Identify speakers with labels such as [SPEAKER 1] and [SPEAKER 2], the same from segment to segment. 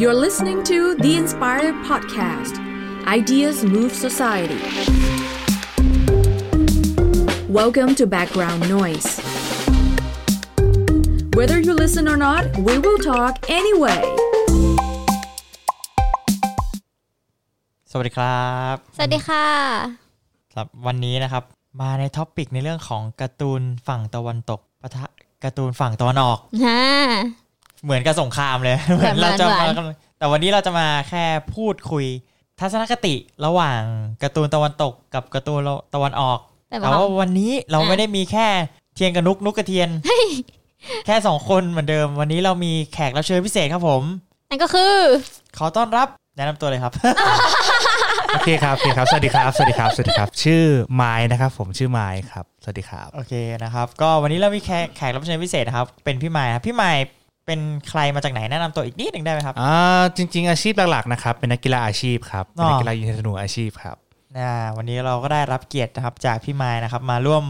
[SPEAKER 1] You're listening to The Inspired Podcast Ideas Move Society. Welcome to Background Noise. Whether you listen or not, we will talk anyway.
[SPEAKER 2] สวัสดีครับ
[SPEAKER 3] สวัสดีค่ะ
[SPEAKER 2] ครับ วันนี้นะครับ มาในท็อปิกในเรื่องของการ์ตูนฝั่งตะวันตกปะทะการ์ตูนฝั่งตะวันออก
[SPEAKER 3] ฮ่า
[SPEAKER 2] เหมือนกับสงครามเลย เหมือนเราจะ
[SPEAKER 3] หวาม
[SPEAKER 2] าน
[SPEAKER 3] ๆ
[SPEAKER 2] แต่วันนี้เราจะมาแค่พูดคุย ทัศนคติระหว่างการ์ตูนตะวันตกกับการ์ตูนตะวันออก
[SPEAKER 3] แต่
[SPEAKER 2] แต่
[SPEAKER 3] ว่า
[SPEAKER 2] ว่าวันนี้เรา
[SPEAKER 3] อ่ะ
[SPEAKER 2] ไม่ได้มีแค่เทียนกับนุกนุกกับเที ยน แค่สองคนเหมือนเดิม วันนี้เรามีแขกรับเชิญพิเศษครับผม
[SPEAKER 3] นั่นก็คือ
[SPEAKER 2] ขอต้อนรับแนะนำตัวเลยครับ
[SPEAKER 4] โอเคครับโอเคครับ สวัสดีครับ สวัสดีครับ สวัสดีครับ ชื่อไม้นะครับผมชื่อไม้ครับ สวัสดีครับ
[SPEAKER 2] โอเคนะครับ ก็วันนี้เรามีแขกแขกรับเชิญพิเศษนะครับ เป็นพี่ไมค์ครับพี่ไมค์เป็นใครมาจากไหนแนะนำตัวอีกนิดหนึ่งได้ไหมครับ
[SPEAKER 4] อ่า จริง ๆ อาชีพหลัก ๆ นะครับ เป็นนักกีฬาอาชีพครับ เป็นนักกีฬายิงธนูอาชีพครับ
[SPEAKER 2] อ่าวันนี้เราก็ได้รับเกียรตินะครับจากพี่ไมค์นะครับ มาร่วม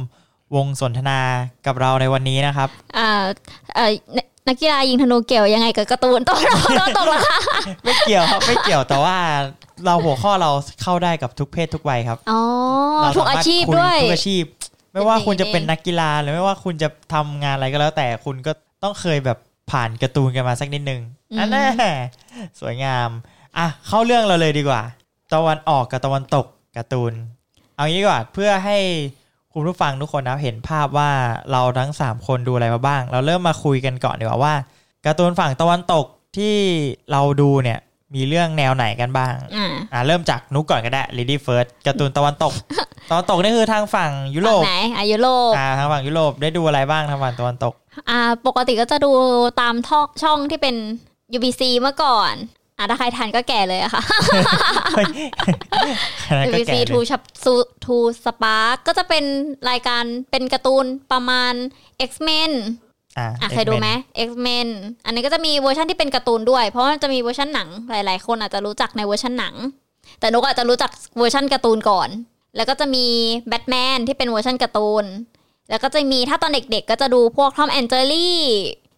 [SPEAKER 2] วงสนทนากับเราในวันนี้นะครับ
[SPEAKER 3] อ่าเอ่อนักนักกีฬายิงธนูเกี่ยวยังไงกับการ์ตูนตัวเราเราตกเหรอคะ
[SPEAKER 2] ไม่เกี่ยวครับไม่เกี่ยวแต่ว่าเราหัวข้อเราเข้าได้กับทุกเพศทุกวัยครับ
[SPEAKER 3] อ๋อ
[SPEAKER 2] เรา
[SPEAKER 3] ทุก
[SPEAKER 2] สมร
[SPEAKER 3] อา
[SPEAKER 2] ถ
[SPEAKER 3] ชีพ
[SPEAKER 2] คุ
[SPEAKER 3] ด้วย
[SPEAKER 2] ทุกอาชีพ ไม่ว่าคุณจะเป็นนักกีฬาหรือไม่ว่าคุณจะทำงานอะไรก็แล้ว แต่คุณก็ต้องเคยแบบผ่านการ์ตูนกันมาสักนิดนึง
[SPEAKER 3] อืม
[SPEAKER 2] อันแน่สวยงามอ่ะเข้าเรื่องเราเลยดีกว่า ตะวันออกกับตะวันตกการ์ตูน เอางี้ดีกว่าเพื่อให้คุณผู้ฟังทุกคนนะเห็นภาพว่าเราทั้ง 3 คนดูอะไรมาบ้าง เราเริ่มมาคุยกันก่อนดีกว่าว่าการ์ตูนฝั่งตะวันตกที่เราดูเนี่ยมีเรื่องแนวไหนกันบ้าง
[SPEAKER 3] อ่า
[SPEAKER 2] อ่ะเริ่มจากนุกก่อนก็ได้ Lady First การ์ตูนตะวัน ตก ตะวันตกนี่คือทางฝั่งยุโรป
[SPEAKER 3] ไหนอายุโลก
[SPEAKER 2] อ่าทางฝั่งยุโรปได้ดูอะไรบ้างทางฝั่งตะวัน ตก
[SPEAKER 3] อ่า ปกติก็จะดูตามท่อช่องที่เป็น UBC เมื่อก่อน อ่าถ้าใครทันก็แก่เลยอะค่ะ
[SPEAKER 2] อันนั้นก็
[SPEAKER 3] UBC
[SPEAKER 2] แก่เล
[SPEAKER 3] ทู
[SPEAKER 2] ย
[SPEAKER 3] ชับซูทูสปาร์กก็จะเป็นรายการเป็นการ์ตูนประมาณ X-Men
[SPEAKER 2] อ่า
[SPEAKER 3] อ่ะเคยดูไหม X-Men อันนี้ก็จะมีเวอร์ชันที่เป็นการ์ตูนด้วย เพราะมันจะมีเวอร์ชันหนังหลาย ๆ คนอาจจะรู้จักในเวอร์ชันหนัง แต่นกอาจจะรู้จักเวอร์ชันการ์ตูนก่อน แล้วก็จะมีแบทแมนที่เป็นเวอร์ชันการ์ตูน แล้วก็จะมีถ้าตอนเด็ก ๆ ก็จะดูพวกทอมแอนเจอรี่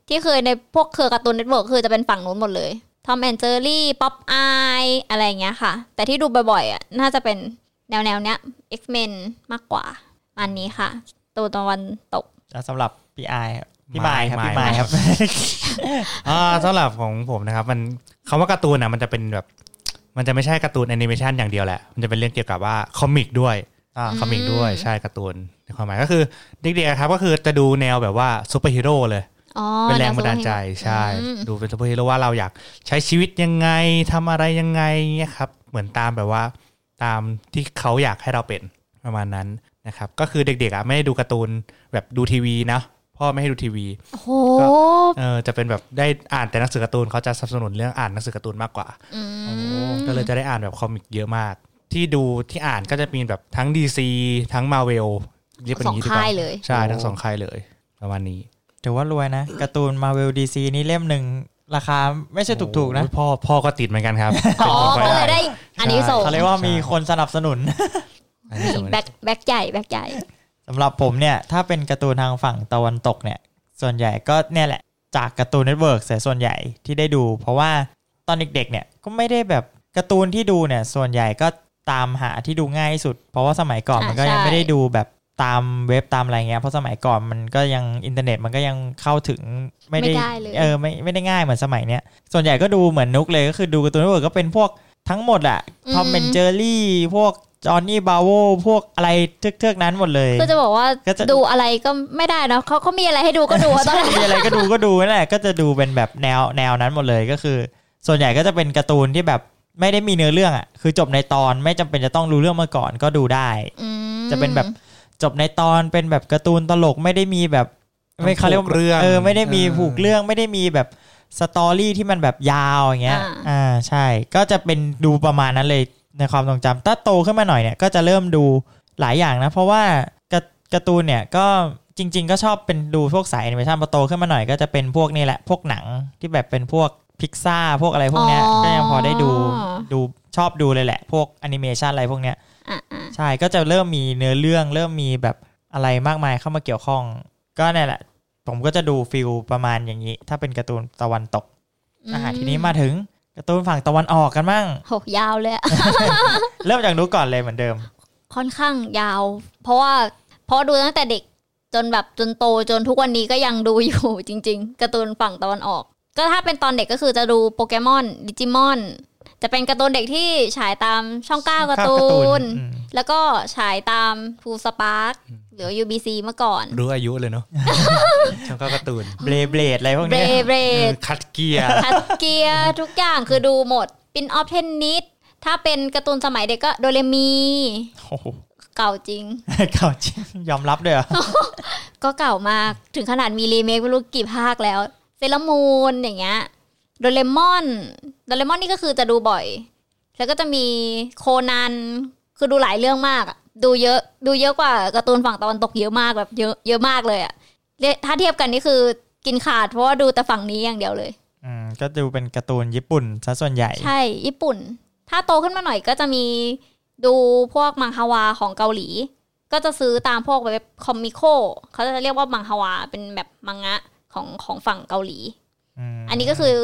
[SPEAKER 3] ที่เคยในพวกเครือการ์ตูนเน็ตเวิร์กคือจะเป็นฝั่งนู้นหมดเลยทอมแอนเจอรี่ป๊อปอายอะไรอย่างเงี้ยค่ะ แต่ที่ดูบ่อยๆอ่ะน่าจะเป็นแนวๆเนี้ย X-Men มากกว่าอันนี้ค่ะตัวตะวันตก
[SPEAKER 2] อ่ะสำหรับพี่ไอายครับพี่ไมค์ครับพี่ไมค์ครับ
[SPEAKER 4] อ่าสำหรับของผมนะครับ มันคำว่าการ์ตูนอ่ะมันจะเป็นแบบ มันจะไม่ใช่การ์ตูนแอนิเมชันอย่างเดียวแหละ มันจะเป็นเรื่องเกี่ยวกับว่าคอมิกด้วย
[SPEAKER 2] อ่า
[SPEAKER 4] คอมิกด้วย ใช่การ์ตูนในความหมายก็คือเด็กๆอะครับ ก็คือจะดูแนวแบบว่าซูเปอร์ฮีโร่เลย
[SPEAKER 3] อ๋อ
[SPEAKER 4] เป็นแรงบันดาลใจใช่
[SPEAKER 3] อืม
[SPEAKER 4] ดูเป็นซูเปอร์ฮีโร่ว่าเราอยากใช้ชีวิตยังไงทำอะไรยังไงเงี้ยครับ เหมือนตามแบบว่าตามที่เขาอยากให้เราเป็นประมาณนั้นนะครับ ก็คือเด็กๆอ่ะไม่ได้ดูการ์ตูนแบบดูทีวีนะพ่อไม่ให้ดูทีวี
[SPEAKER 3] โอ้โห
[SPEAKER 4] เออจะเป็นแบบได้อ่านแต่หนังสือการ์ตูนเขาจะสนับสนุนเรื่องอ่านหนังสือการ์ตูนมากกว่า
[SPEAKER 3] อืม
[SPEAKER 4] ก็เลยจะได้อ่านแบบคอมิกเยอะมาก ที่ดูที่อ่านก็จะมีแบบทั้ง DC ทั้งมาเวลเรียกเป็น
[SPEAKER 3] ส
[SPEAKER 4] อ
[SPEAKER 3] อย่าง
[SPEAKER 4] งนี้ดีก
[SPEAKER 3] ค่า
[SPEAKER 4] ว่าย
[SPEAKER 3] เลย
[SPEAKER 4] ใช่ทั้งสองค่ายเลย ประมาณนี้
[SPEAKER 2] ถือว่ารวยนะการ์ตูนมาเวลดีซีนี่เล่มหนึ่งราคาไม่ใช่ถูกๆนะ
[SPEAKER 4] โอ้ยพ่อพ่อก็ติดเหมือนกันครับ
[SPEAKER 3] อ๋อ
[SPEAKER 4] ป็นคนค
[SPEAKER 3] เขาเลยได้อันนี้ส่ง
[SPEAKER 2] เขาเรียกว่ามีคนสนับสนุน
[SPEAKER 4] อันนี้ส่ง
[SPEAKER 3] แบ็คแบ็คใหญ่แบ็คใหญ่
[SPEAKER 2] สำหรับผมเนี่ย ถ้าเป็นการ์ตูนทางฝั่งตะวันตกเนี่ย ส่วนใหญ่ก็เนี่ยแหละจากการ์ตูนเน็ตเวิร์กเสียส่วนใหญ่ที่ได้ดู เพราะว่าตอนเด็กๆเนี่ยก็ไม่ได้แบบการ์ตูนที่ดูเนี่ย ส่วนใหญ่ก็ตามหาที่ดูง่ายที่สุด เพราะว่าสมัยก่อนมันก็ยังไม่ได้ดูแบบตามเว็บตามอะไรเงี้ยเพราะสมัยก่อนมันก็ยังอินเทอร์เน็ตมันก็ยังเข้าถึงไม่ได้
[SPEAKER 3] เลย
[SPEAKER 2] เออไม่ไม่ได้ง่ายเหมือนสมัยเนี้ยส่วนใหญ่ก็ดูเหมือนนุกเลยก็คือดูการ์ตูนเน็ตเวิร์กก็เป็นพวกทั้งหมดแหละทอมแอนเจอรี่พวกจอห์นนี่บาโวพวกอะไรเทือกๆนั้นหมดเลย
[SPEAKER 3] ก็จะบอกว่า
[SPEAKER 2] ก็จะ
[SPEAKER 3] ดูอะไรก็ไม่ได้เนอะเขาเขามีอะไรให้ดู ก็ดูอะตอนนั้น
[SPEAKER 2] มีอะไรก็ดูก็ดูนั่นแหละก็จะดูเป็นแบบแนวแนวนั้นหมดเลยก็คือ ส่วนใหญ่ก็จะเป็นการ์ตูนที่แบบไม่ได้มีเนื้อเรื่องอ่ะคือจบในตอนไม่จำเป็นจะต้องรู้เรื่องมาก่อนก็ดูได้
[SPEAKER 3] อืม
[SPEAKER 2] จะเป็นแบบ จบในตอนเป็นแบบการ์ตูนตลกไม่ได้มีแบบไม่เขาเรียกว่า
[SPEAKER 4] เรื่อง
[SPEAKER 2] เออไม่ได้มีผูกเรื่องไม่ได้มีแบบสตอรี่ที่มันแบบยาวอย่างเงี้ยอ่าใช่ ก็จะเป็นดูประมาณนั้นเลยในความทรงจำถ้าโตขึ้นมาหน่อยเนี่ยก็จะเริ่มดูหลายอย่างนะ เพราะว่าการการ์ตูนเนี่ยก็จริง ๆ ก็ชอบเป็นดูพวกสายแอนิเมชันพอโตขึ้นมาหน่อยก็จะเป็นพวกนี่แหละพวกหนังที่แบบเป็นพวกพิกซ่าพวกอะไรพวกเนี้ยก็ยังพอได้ดูดูชอบดูเลยแหละ พวกแอนิเมชันอะไรพวกเนี้ย
[SPEAKER 3] อ่ะอ่ะ
[SPEAKER 2] ใช่ก็จะเริ่มมีเนื้อเรื่องเริ่มมีแบบอะไรมากมายเข้ามาเกี่ยวข้อง ก็เนี่ยแหละ ผมก็จะดูฟิลประมาณอย่างนี้ ถ้าเป็นการ์ตูนตะวันตกอาหารทีนี้มาถึง การ์ตูนฝั่งตะวันออกกันบ้าง
[SPEAKER 3] โหยาวเลยอะ
[SPEAKER 2] เริ่มจากนุกก่อนเลยเหมือนเดิม
[SPEAKER 3] ค่อนข้างยาว เพราะว่าเพราะดูตั้งแต่เด็กจนแบบจนโตจนทุกวันนี้ก็ยังดูอยู่ จริง ๆ การ์ตูนฝั่งตะวันออก ก็ถ้าเป็นตอนเด็กก็คือจะดูโปเกมอนดิจิมอนจะเป็นการ์ตูนเด็กที่ฉายตามช่องเก้าการ์ตู
[SPEAKER 2] ช่องเก้าการ์ตู
[SPEAKER 3] น
[SPEAKER 2] นอืม
[SPEAKER 3] แล้วก็ฉายตามฟูสปาร์คหรือ UBC เมื่อก่อน
[SPEAKER 4] รู้อายุเลย เนาะ ช่างก็การ์ตูน
[SPEAKER 2] เบลเบลดอะไรพวก
[SPEAKER 3] เบร
[SPEAKER 2] เนี้ย
[SPEAKER 3] เบร
[SPEAKER 4] เออคัดเกียร์
[SPEAKER 3] ทัสเกียทุกอย่างคือดูหมดปินออฟเทนนิสถ้าเป็นการ์ตูนสมัยเด็กก็โดเรมี
[SPEAKER 2] โอ้โห
[SPEAKER 3] เก่าจริง
[SPEAKER 2] เก่าจริงยอมรับด้วยเหรอ
[SPEAKER 3] ก็เก่ามากถึงขนาดมีรีเมคไม่รู้กี่ภาคแล้ว เซรามูนอย่างเงี้ยโดเรมอนโดเรมอนนี่ก็คือจะดูบ่อย แล้วก็จะมีโคนันคือดูหลายเรื่องมากอะดูเยอะดูเยอะกว่าการ์ตูนฝั่งตะวันตกเยอะมากแบบเยอะเยอะมากเลยอะเรียกถ้าเทียบกันนี่คือกินขาดเพราะว่าดูแต่ฝั่งนี้อย่างเดียวเลย
[SPEAKER 2] อืมก็ดูเป็นการ์ตูนญี่ปุ่นซะส่วนใหญ่
[SPEAKER 3] ใช่ญี่ปุ่น ถ้าโตขึ้นมาหน่อยก็จะมีดูพวกมังฮวาของเกาหลี ก็จะซื้อตามพวกเว็บคอมมิโคเขาจะเรียกว่ามังฮวาเป็นแบบมังงะของของฝั่งเกาหลี
[SPEAKER 2] ม
[SPEAKER 3] อันนี้ก็คือ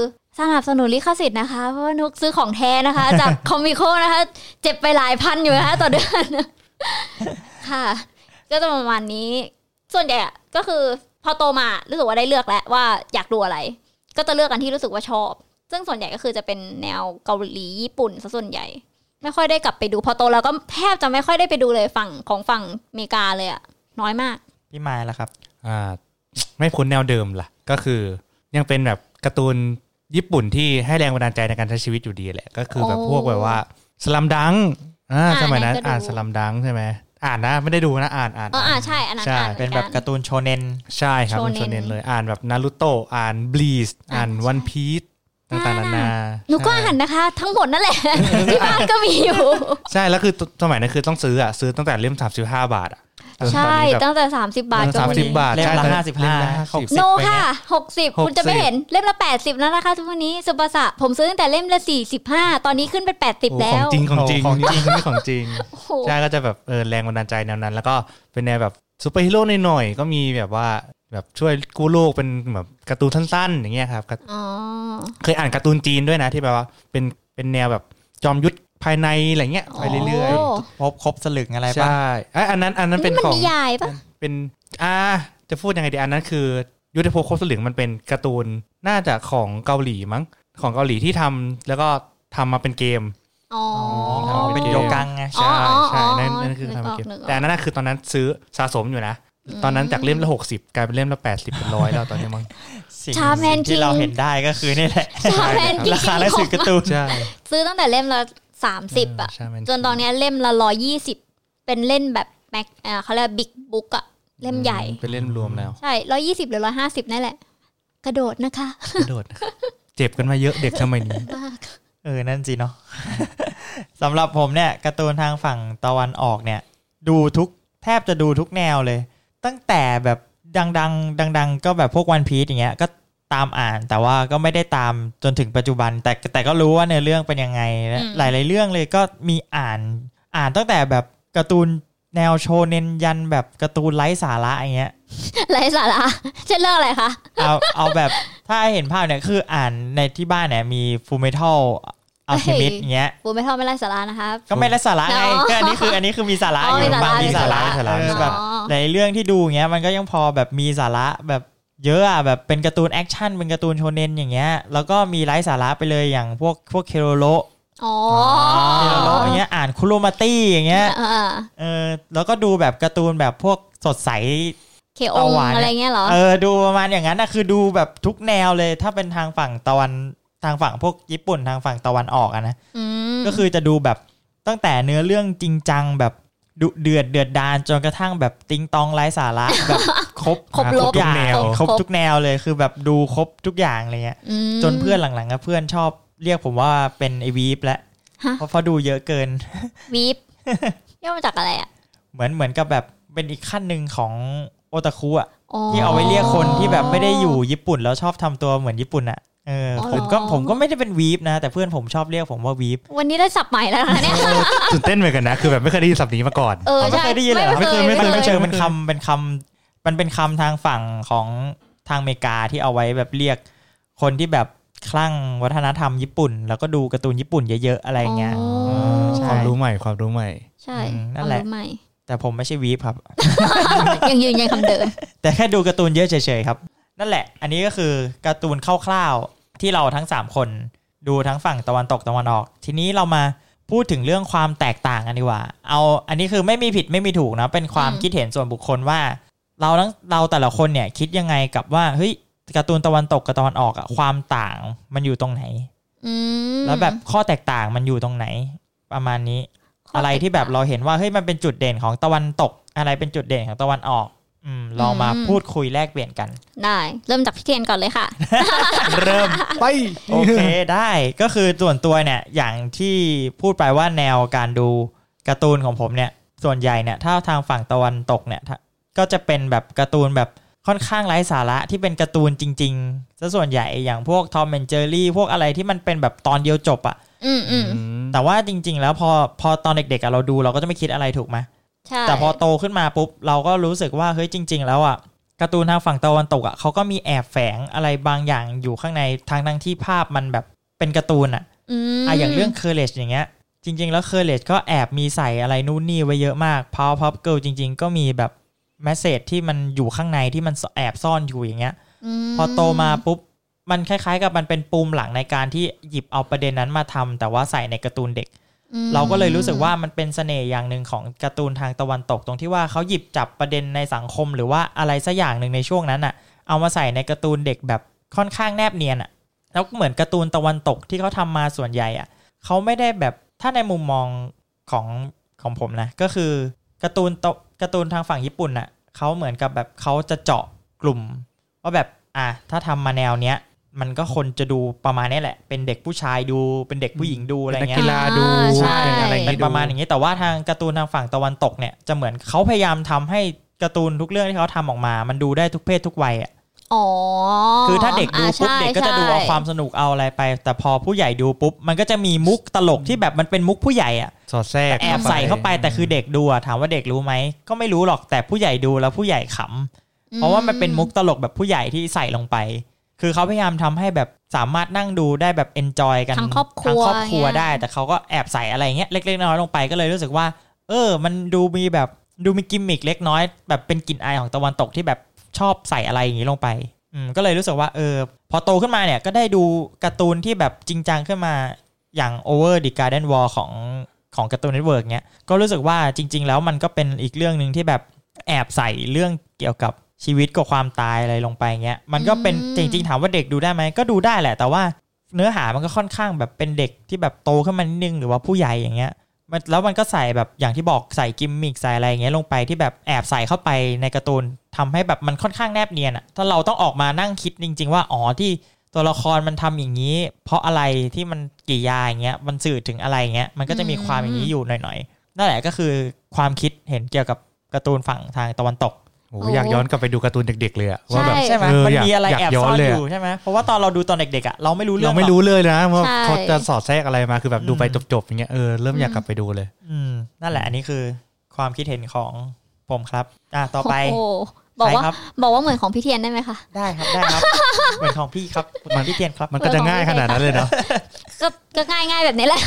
[SPEAKER 3] สนับสนุนลิขสิทธิ์นะคะ เพราะว่านุกซื้อของแท้ นะคะ จากคอมมิโคนะคะ เจ็บไปหลายพันอยู่นะคะต่อเดือน ค่ะ ก็จะประมาณนี้ ส่วนใหญ่อะก็คือพอโตมารู้สึกว่าได้เลือกแล้วว่าอยากดูอะไร ก็จะเลือกอันที่รู้สึกว่าชอบ ซึ่งส่วนใหญ่ก็คือจะเป็นแนวเกาหลีญี่ปุ่นซะส่วนใหญ่ ไม่ค่อยได้กลับไปดูพอโตแล้วก็แทบจะไม่ค่อยได้ไปดูเลยฝั่งของฝั่งอเมริกาเลยอะน้อยมาก
[SPEAKER 2] พี่มายล่ะครับ
[SPEAKER 4] อ่าไม่พ้นแนวเดิมล่ะ ก็คือยังเป็นแบบการ์ตูนญี่ปุ่นที่ให้แรงบันดาลใจในการใช้ชีวิตอยู่ดีแหละ ก็คือแบบ
[SPEAKER 3] โอ้
[SPEAKER 4] พวกแบบว่าสลัมดังอ่า
[SPEAKER 3] อ่า
[SPEAKER 4] สมัยนั้น
[SPEAKER 3] นั่นก็ดู
[SPEAKER 4] อ่านสลัมดังใช่ไหมอ่านนะไม่ได้ดูนะอ่านอ่าน
[SPEAKER 3] เอออ่าใช่อันนั้นอ่าน
[SPEAKER 2] เป็น
[SPEAKER 3] หมือ
[SPEAKER 2] แบบ
[SPEAKER 3] กั
[SPEAKER 2] การ์ตูนโชเนน
[SPEAKER 4] ใช่ครับมัน
[SPEAKER 3] โช
[SPEAKER 4] โช
[SPEAKER 3] เน็
[SPEAKER 4] เน้
[SPEAKER 3] น
[SPEAKER 4] นเลยอ่านแบบนารูโตอ่านบลีสอ่าน
[SPEAKER 3] อ่าใช่
[SPEAKER 4] วันพีซต่างๆนานา
[SPEAKER 3] หนูก็
[SPEAKER 4] ใช่
[SPEAKER 3] อ่านนะคะ ทั้งหมดนั่นแหละ ที่บ้านก็มีอยู่
[SPEAKER 4] ใช่แล้วคือตสมัยนั้นคือต้องซื้ออ่ะซื้อตั้งแต่เล่มสามสิบห้าบาทอ่ะเออ
[SPEAKER 3] ใช่
[SPEAKER 4] ตอนนี้แบบ
[SPEAKER 3] ตั้งแต่ 30 บาท
[SPEAKER 4] ตั้งแต่
[SPEAKER 3] จนวัน
[SPEAKER 4] 30
[SPEAKER 3] นี้
[SPEAKER 4] บาท
[SPEAKER 2] เล่ม
[SPEAKER 4] ใช่
[SPEAKER 2] ละ
[SPEAKER 4] ตอน
[SPEAKER 2] ห้าสิบ
[SPEAKER 4] เล่
[SPEAKER 2] ห้าม
[SPEAKER 4] ละ
[SPEAKER 2] หกสิบ
[SPEAKER 4] 50
[SPEAKER 3] โน
[SPEAKER 2] ไปเงี
[SPEAKER 3] ค่ะ
[SPEAKER 2] ้ย
[SPEAKER 3] 60 คุณจะไม่
[SPEAKER 4] 60
[SPEAKER 3] เห็นเล่มละ 80 แล้วนะคะทุกวันนี้สุภาษะผมซื้อตั้งแต่เล่มละ 45 ตอนนี้ขึ้นเป็น
[SPEAKER 4] โอ้
[SPEAKER 3] 80 แล้
[SPEAKER 4] ของ
[SPEAKER 3] ว
[SPEAKER 4] จริงของจริง
[SPEAKER 2] โอ้
[SPEAKER 4] ของจริงนี่ของจริง
[SPEAKER 3] โอ้โห
[SPEAKER 4] ใช่ก็จะแบบเออแรงบันดาลใจแนวนั้น แล้วก็เป็นแนวแบบซูเปอร์ฮีโร่หน่อยๆก็มีแบบว่าแบบช่วยกู้โลกเป็นแบบการ์ตูนสั้นๆ อย่างเงี้ยครับก็
[SPEAKER 3] อ๋อ
[SPEAKER 4] เคยอ่านการ์ตูนจีนด้วยนะที่แบบว่าเป็นเป็นแนวแบบจอมยุทธภายในอะไรเงี้ยไปเรื่อย
[SPEAKER 3] โอ้
[SPEAKER 2] พบครบสลึงอะไร
[SPEAKER 4] ๆ
[SPEAKER 2] ปะ
[SPEAKER 4] ใช่ไอยอันนั้นอันนั้น
[SPEAKER 3] นี่
[SPEAKER 4] เป็น
[SPEAKER 3] มัน
[SPEAKER 4] ของ
[SPEAKER 3] นิยายปะ
[SPEAKER 4] เป็นอ่าจะพูดยังไงดีอันนั้นคือ ยุทธภพครบสลึงมันเป็นการ์ตูนน่าจะของเกาหลีมั้งของเกาหลีที่ทำแล้วก็ทำมาเป็นเกม
[SPEAKER 3] อ๋อ
[SPEAKER 4] อ๋
[SPEAKER 2] อ๋อ
[SPEAKER 4] อ
[SPEAKER 2] เป็นโยกังไง
[SPEAKER 3] อ๋อ
[SPEAKER 4] ใช่
[SPEAKER 3] อ๋อ
[SPEAKER 4] ใช่นั่น
[SPEAKER 3] อ๋อ
[SPEAKER 4] นั่นคือทำเป็นเกม
[SPEAKER 3] นึออ
[SPEAKER 4] แต่อันนั้นนะคือตอนนั้นซื้อสะสมอยู่นะ ตอนนั้นจากเล่มละหกสิบกลายเป็นเล่มละแปดสิบเป็นร้อยแล้วตอนนี้มั้ง
[SPEAKER 2] สิ่ง
[SPEAKER 3] ชาแมน
[SPEAKER 2] สิ่ง
[SPEAKER 3] คิ
[SPEAKER 2] ที่
[SPEAKER 3] ง
[SPEAKER 2] เราเห็นได้ก็คือนี่แหละ
[SPEAKER 3] ชาแมนคิง
[SPEAKER 2] ราคาหนังสือการ์ตูน
[SPEAKER 4] ใช่
[SPEAKER 3] ซื้อตั้งแต่เล่มละ 30 อ่ะ
[SPEAKER 4] ใช่มั
[SPEAKER 3] จนตอนเนี้ยเล่มละร้อยี่สิบเป็นเล่นแบบแม็กเอ่อเขาเรียกบิ๊กบุ๊กอะเล่มใหญ่
[SPEAKER 4] เป็นเล่มรวมแล้ว
[SPEAKER 3] ใช่ร้อยี่สิบหรือร้อห้าสิบนั่นแหละ กระโดดนะคะ
[SPEAKER 4] กระโดดนะครับเจ็บกันมาเยอะเด็กสมัยนี้
[SPEAKER 3] มาก
[SPEAKER 2] เออ นั่นสิเนาะ สำหรับผมเนี่ยการ์ตูนทางฝั่งตะวันออกเนี่ย ดูทุกแทบจะดูทุกแนวเลย ตั้งแต่แบบดังๆ ดัง ๆ ก็แบบพวกวันพีซอย่างเงี้ยก็ตามอ่านแต่ว่าก็ไม่ได้ตามจนถึงปัจจุบัน แต่แต่ก็รู้ว่าเนื้อเรื่องเป็นยังไงและหลาย ๆ เรื่องเลยก็มีอ่านอ่านตั้งแต่แบบการ์ตูนแนวโชเนนยันแบบการ์ตูนไร้สาระอย่างเงี้ย
[SPEAKER 3] ไรสาระเช่นเรื่องอะไรคะ
[SPEAKER 2] เอาเอาแบบถ้าให้เห็นภาพเนี่ยคืออ่านในที่บ้านเนี่ยมีฟูเมทัลอัลเคมิส
[SPEAKER 3] เฮ้ย
[SPEAKER 2] เงี้ย
[SPEAKER 3] ปูไม่ชอบไม่ไรสาระนะคะ
[SPEAKER 2] ก็ไม่ได้สาระไง
[SPEAKER 3] อ๋อ
[SPEAKER 2] ก็อันนี้คืออันนี้คือมีสาระ
[SPEAKER 3] อ๋อ
[SPEAKER 2] อยู่
[SPEAKER 3] มีสาระ
[SPEAKER 2] บางมีสาระ
[SPEAKER 4] มีสาระ
[SPEAKER 2] เออแบบ
[SPEAKER 3] อ๋อ
[SPEAKER 2] ในเรื่องที่ดูอย่างเงี้ยมันก็ยังพอแบบมีสาระแบบเยอะอะแบบเป็นการ์ตูนแอคชั่นเป็นการ์ตูนโชเนนอย่างเงี้ยแล้วก็มีไร้สาระไปเลยอย่างพวกพวกเคโรโล
[SPEAKER 3] อ๋อ
[SPEAKER 2] เคโรโลอย่างเงี้ยอ่านคุโรมาตี้อย่างเงี้ย
[SPEAKER 3] อ่า
[SPEAKER 2] เออแล้วก็ดูแบบการ์ตูนแบบพวกสดใส
[SPEAKER 3] เคอง
[SPEAKER 2] ตะวัน
[SPEAKER 3] อะไรเงี้ยเหรอ
[SPEAKER 2] เออดูประมาณอย่างนั้นนะคือดูแบบทุกแนวเลยถ้าเป็นทางฝั่งตะวันทางฝั่งพวกญี่ปุ่นทางฝั่งตะวันออกอะนะ
[SPEAKER 3] อืม
[SPEAKER 2] ก็คือจะดูแบบตั้งแต่เนื้อเรื่องจริงจังแบบดุเดือดเดือดดานจนกระทั่งแบบติงตองไร้สา ระ แบบครบ
[SPEAKER 3] ครบ
[SPEAKER 4] อ่า
[SPEAKER 3] ล
[SPEAKER 4] คร
[SPEAKER 3] บบ
[SPEAKER 4] ทุกแนว
[SPEAKER 2] ครบทุกแนวเลยคือแบบดูครบทุกอย่างเลยเงี้ย
[SPEAKER 3] อืม
[SPEAKER 2] จนเพื่อนหลังๆก็เพื่อนชอบเรียกผมว่าเป็นไอวีฟและ
[SPEAKER 3] ฮะ
[SPEAKER 2] เพราะเพราะดูเยอะเกิน
[SPEAKER 3] วี ฟย่อมาจากอะไรอ่ะ
[SPEAKER 2] เหมือนเหมือนกับแบบเป็นอีกขั้นหนึ่งของโอตาคุอะ
[SPEAKER 3] อ๋อ
[SPEAKER 2] ที่เอาไว้เรียกคนที่แบบไม่ได้อยู่ญี่ปุ่นแล้วชอบทำตัวเหมือนญี่ปุ่นอะเออ
[SPEAKER 3] อ๋อ
[SPEAKER 2] ผ
[SPEAKER 3] เหรอ
[SPEAKER 2] มก็ผมก็ไม่ได้เป็นวีฟนะ แต่เพื่อนผมชอบเรียกผมว่าวีฟ
[SPEAKER 3] วันนี้ได้สับใหม่แล้วนะเนี่ย
[SPEAKER 4] ตื่นเต้นเหมือนกันนะ คือแบบไม่เคยได้ยินศัพท์นี้มาก่อน
[SPEAKER 3] เออ
[SPEAKER 2] ไม่
[SPEAKER 3] ใช่
[SPEAKER 2] เคยได้ยินเลยเหรอ
[SPEAKER 4] ไม่เคย
[SPEAKER 2] มันเชิงเป็นคำเป็นคำมันเป็นคำทางฝั่งของทางอเมริกาที่เอาไว้แบบเรียกคนที่แบบ คลั่งวัฒนธรรมญี่ปุ่น แล้วก็ดูการ์ตูนญี่ปุ่นเยอะๆอะไรอย่างเงี้ย
[SPEAKER 3] อ๋อ
[SPEAKER 2] ใช่
[SPEAKER 4] ความรู้ใหม่ความรู้ใหม่
[SPEAKER 3] ใช่
[SPEAKER 2] อืมนั่นแหละ
[SPEAKER 3] เอารู้ใม่
[SPEAKER 2] แต่ผมไม่ใช่วีฟครับ
[SPEAKER 3] ยังยืนยันคำเดิม
[SPEAKER 2] แต่แค่ดูการ์ตูนเยอะเฉยๆครับ นั่นแหละ อันนี้ก็คือการ์ตูนคร่าวๆที่เราทั้ง 3 คน ดูทั้งฝั่งตะวันตกตะวันออก ทีนี้เรามาพูดถึงเรื่องความแตกต่างกันดีกว่า เอาอันนี้คือไม่มีผิดไม่มีถูกนะเป็นความ
[SPEAKER 3] อืม
[SPEAKER 2] คิดเห็นส่วนบุคคลว่า เราทั้งเราแต่ละคนเนี่ยคิดยังไงกับว่าเฮ้ยการ์ตูนตะวันตกกับตะวันออกอะความต่างมันอยู่ตรงไหน
[SPEAKER 3] อืม
[SPEAKER 2] แล้วแบบข้อแตกต่างมันอยู่ตรงไหนประมาณนี้
[SPEAKER 3] ข้อ
[SPEAKER 2] อะไรที่แบบ
[SPEAKER 3] แตกต่าง
[SPEAKER 2] เราเห็นว่าเฮ้ยมันเป็นจุดเด่นของตะวันตก อะไรเป็นจุดเด่นของตะวันออก อืมลองมา
[SPEAKER 3] อืม
[SPEAKER 2] พูดคุยแลกเปลี่ยนกัน
[SPEAKER 3] ได้ เริ่มจากพี่เทียนก่อนเลย ค่ะ
[SPEAKER 4] เริ่มไป
[SPEAKER 2] โอเคได้ก็คือส่วนตัวเนี่ยอย่างที่พูดไปว่าแนวการดูการ์ตูนของผมเนี่ย ส่วนใหญ่เนี่ยถ้าทางฝั่งตะวันตกเนี่ยถ้าก็จะเป็นแบบการ์ตูนแบบค่อนข้างไร้สาระที่เป็นการ์ตูนจริงๆซะส่วนใหญ่อย่างพวกทอมแอนเจอรี่พวกอะไรที่มันเป็นแบบตอนเดียวจบอะ
[SPEAKER 3] อืมอืม
[SPEAKER 4] อืม
[SPEAKER 2] แต่ว่าจริง ๆ แล้วพอพอตอนเด็กๆอะเราดูเราก็จะไม่คิดอะไรถูกไหม
[SPEAKER 3] ใช่
[SPEAKER 2] แต่พอโตขึ้นมาปุ๊บ เราก็รู้สึกว่าเฮ้ยจริง ๆ แล้วอ่ะการ์ตูนทางฝั่งตะวันตกอ่ะเขาก็มีแอบแฝงอะไรบางอย่างอยู่ข้างในทางทั้งๆที่ภาพมันแบบเป็นการ์ตูนอ่ะ
[SPEAKER 3] ม
[SPEAKER 2] อ่ะอย่างเรื่อง Courage อย่างเงี้ย จริง ๆ แล้ว Courage ก็แอบมีใส่อะไรนู่นนี่ไว้เยอะมาก Powerpuff Girl จริง ๆ ก็มีแบบแมสเซจที่มันอยู่ข้างในที่มันแอบซ่อนอยู่อย่างเงี้ย
[SPEAKER 3] ม
[SPEAKER 2] พอโตมาปุ๊บ มันคล้าย ๆ กับมันเป็นปูมหลังในการที่หยิบเอาประเด็นนั้นมาทำแต่ว่าใส่ในการ์ตูนเด็ก
[SPEAKER 3] อืม
[SPEAKER 2] เราก็เลยรู้สึกว่ามันเป็นเสน่ห์อย่างหนึ่งของการ์ตูนทางตะวันตกตรงที่ว่าเขาหยิบจับประเด็นในสังคมหรือว่าอะไรสักอย่างหนึ่งในช่วงนั้นอ่ะ เอามาใส่ในการ์ตูนเด็กแบบค่อนข้างแนบเนียนอ่ะแล้วเหมือนการ์ตูนตะวันตกที่เขาทำมาส่วนใหญ่อ่ะเขาไม่ได้แบบถ้าในมุมมองของของผมนะก็คือการ์ตูนตะการ์ตูนทางฝั่งญี่ปุ่นอ่ะเขาเหมือนกับแบบเขาจะเจาะกลุ่มว่าแบบอ่ะถ้าทำมาแนวเนี้ยมันก็คนจะดูประมาณนี้แหละ เป็นเด็กผู้ชายดูเป็นเด็กผู้หญิงดูอะไร
[SPEAKER 4] เป็นนัก
[SPEAKER 2] เงี้ย
[SPEAKER 4] กีฬาดู
[SPEAKER 3] ใช่
[SPEAKER 4] เป็นอะไรอย่ง
[SPEAKER 2] เป็
[SPEAKER 4] งี้
[SPEAKER 2] น
[SPEAKER 4] ดู
[SPEAKER 2] ประมาณอย่างนี้แต่ว่าทางการ์ตูนทางฝั่งตะวันตกเนี่ยจะเหมือนเขาพยายามทำให้การ์ตูนทุกเรื่องที่เขาทำออกมา มันดูได้ทุกเพศทุกวัยอ่ะ
[SPEAKER 3] อ๋อ
[SPEAKER 2] คือถ้าเด็กดู
[SPEAKER 3] อ่ะ
[SPEAKER 2] ปุ๊บ
[SPEAKER 3] ใช่
[SPEAKER 2] เด็กก็จะดูเอาความสนุกเอาอะไรไป แต่พอผู้ใหญ่ดูปุ๊บมันก็จะมีมุกตลกที่แบบมันเป็นมุกผู้ใหญ่อ่ะ
[SPEAKER 4] สอดแทรก
[SPEAKER 2] แอบใส่เข้าไปแต่คือเด็กดูอะถามว่าเด็กรู้ไหมก็ไม่รู้หรอกแต่ผู้ใหญ่ดูแล้วผู้ใหญ่ขำ
[SPEAKER 3] อื
[SPEAKER 2] เพราะว่ามันเป็นมุกตลกแบบผู้ใหญ่ที่ใส่ลงไป คือเขาพยายามทำให้แบบสามารถนั่งดูได้แบบเอนจอยกัน
[SPEAKER 3] ทั้งครอบครัว
[SPEAKER 2] ทั้งครอบครัว
[SPEAKER 3] เนี่ย
[SPEAKER 2] ได้ แต่เขาก็แอบใส่อะไรเงี้ยเล็กๆน้อยๆลงไปก็เลยรู้สึกว่า เออ มันดูมีแบบดูมีกิมมิคเล็กน้อย แบบเป็นกลิ่นอายของตะวันตกที่แบบชอบใส่อะไรอย่างนี้ลงไปอืมก็เลยรู้สึกว่าเออ พอโตขึ้นมาเนี่ยก็ได้ดูการ์ตูนที่แบบจริงจังขึ้นมาอย่าง Over the Garden Wall ของของการ์ตูนเน็ตเวิร์กเนี้ยก็รู้สึกว่าจริง ๆ แล้วมันก็เป็นอีกเรื่องหนึ่งที่แบบ แอบใส่เรื่องเกี่ยวกับชีวิตกับความตายอะไรลงไปเงี้ย มันก็เป็น
[SPEAKER 3] อืม
[SPEAKER 2] จริงๆถามว่าเด็กดูได้ไหมก็ดูได้แหละ แต่ว่าเนื้อหามันก็ค่อนข้างแบบเป็นเด็กที่แบบโตขึ้นมานิดนึงหรือว่าผู้ใหญ่อย่างเงี้ยมันแล้วมันก็ใส่แบบอย่างที่บอกใส่กิมมิคใส่อะไรอย่างเงี้ยลงไปที่แบบแอบใส่เข้าไปในการ์ตูนทำให้แบบมันค่อนข้างแนบเนียนอะถ้าเราต้องออกมานั่งคิดจริง ๆ ว่าอ๋อที่ตัวละครมันทำอย่างนี้ เพราะอะไรที่มันกริยาอย่างเงี้ยมันสื่อถึงอะไรอย่างเงี้ยมันก็จะมีความอย่างนี้อยู่หน่อยๆนั่นแหละก็คือความคิดเห็นเกี่ยวกับ การ์ตูนฝั่งทางตะวันตก
[SPEAKER 4] โอ้โหอยากย้อนกลับไปดูการ์ตูนเด็ก ๆ เลยอะว่าแบบ
[SPEAKER 3] ใช่
[SPEAKER 2] ใช่ไหม
[SPEAKER 4] เออ
[SPEAKER 2] มัน
[SPEAKER 4] อยาก
[SPEAKER 2] มีอะไร
[SPEAKER 4] อยาก
[SPEAKER 2] แอบ
[SPEAKER 4] ย้อน
[SPEAKER 2] ซ่อน
[SPEAKER 4] เลย
[SPEAKER 2] อ
[SPEAKER 4] อะ
[SPEAKER 2] ยู่ใช่ไหมเพราะว่าตอนเราดูตอนเด็กๆอ่ะเราไม่รู้เรื่อ
[SPEAKER 4] เรา
[SPEAKER 2] ง
[SPEAKER 4] ไม่
[SPEAKER 2] ห
[SPEAKER 4] รู้
[SPEAKER 2] อก
[SPEAKER 4] เลยนะว่า
[SPEAKER 3] ใช่
[SPEAKER 4] เขาจะสอดแทรกอะไรมาคือแบบดูไป
[SPEAKER 2] อืม
[SPEAKER 4] จบๆอย่างเงี้ยเออเริ่มอยากกลับไปดูเลย
[SPEAKER 2] อืมนั่นแหละอันนี้คือความคิดเห็นของผมครับ อ่ะต่อไป
[SPEAKER 3] โอ้โหบอกว่า
[SPEAKER 2] ใครครับ
[SPEAKER 3] บอกว่าเหมือนของพี่เทียนได้ไหมคะ
[SPEAKER 2] ได้ครับได้ครับ เหมือนของพี่ครับมันพี่เทียนครับ
[SPEAKER 4] มันก็จะง่ายขนาดนั้นเลยเนาะ
[SPEAKER 3] ก็ก็ง่ายง่ายๆแบบนี้ แหละ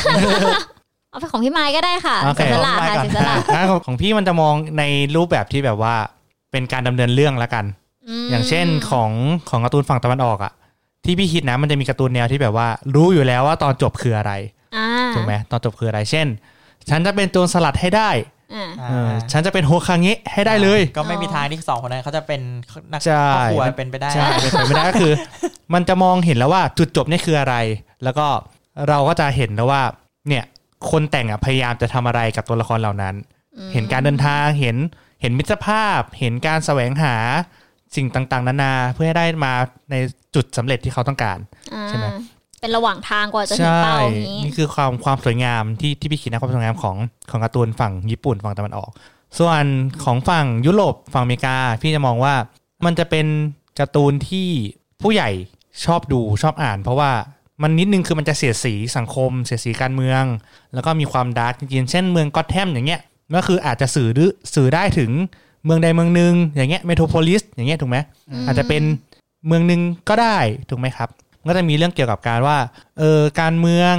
[SPEAKER 3] เอาไปของพี่ไม้ก็ได้ค่ะ
[SPEAKER 4] โอเค
[SPEAKER 3] เสียสละค่ะเสียสละ
[SPEAKER 4] อ่ะของ ของพี่มันจะมองในรูปแบบที่แบบว่าเป็นการดำเนินเรื่องละกัน
[SPEAKER 3] ม
[SPEAKER 4] อย่างเช่นของของการ์ตูนฝั่งตะวันออกอะที่พี่คิดนะมันจะมีการ์ตูนแนวที่แบบว่า รู้อยู่แล้วว่าตอนจบคืออะไร
[SPEAKER 3] อ่า
[SPEAKER 4] ถูกไหมตอนจบคืออะไร เช่น ฉันจะเป็นโจรสลัดให้ได้
[SPEAKER 3] อ่า
[SPEAKER 2] อ่า
[SPEAKER 4] เออฉันจะเป็นโฮคังเงะให้ได้เลย
[SPEAKER 2] ก็ไม่มีทางที่สองคนนั้นเขาจะเป็นนัก
[SPEAKER 4] ใช่
[SPEAKER 2] ครอบครัวเป็นไปได้
[SPEAKER 4] ใช่เป็นไปไม่ได้ก็คือ มันจะมองเห็นแล้วว่าจุดจบเนี่ยคืออะไร แล้วก็เราก็จะเห็นแล้วว่า เนี่ยคนแต่งอ่ะพยายามจะทำอะไรกับตัวละครเหล่านั้น
[SPEAKER 3] อืม
[SPEAKER 4] เห็นการเดินทางเห็นเห็นมิตรภาพ เห็นการแสวงหาสิ่งต่างๆ นานาเพื่อให้ได้มาในจุดสำเร็จที่เขาต้องการ
[SPEAKER 3] อ่า
[SPEAKER 4] ใช่ไหม
[SPEAKER 3] เป็นระหว่างทางกว่าจะถึงเป้าอย่างนี้
[SPEAKER 4] นี่คือความความสวยงามที่ที่พี่คิดนะความสวยงามของของการ์ตูนฝั่งญี่ปุ่นฝั่งตะวันออก ส่วนของฝั่งยุโรปฝั่งอเมริกา พี่จะมองว่ามันจะเป็นการ์ตูนที่ผู้ใหญ่ชอบดูชอบอ่าน เพราะว่ามันนิดนึงคือมันจะเสียดสีสังคม เสียดสีการเมือง แล้วก็มีความดาร์กจริงๆเช่นเมืองก็อตแทมอย่างเงี้ยก็คืออาจจะสื่อดื้อสื่อได้ถึงเมืองใดเมืองหนึ่งอย่างเงี้ยเมโทรโพลิสอย่างเงี้ยถูกไหมอาจจะเป็นเมืองหนึ่งก็ได้ถูกไหมครับ มันก็จะมีเรื่องเกี่ยวกับการว่าเออการเมือง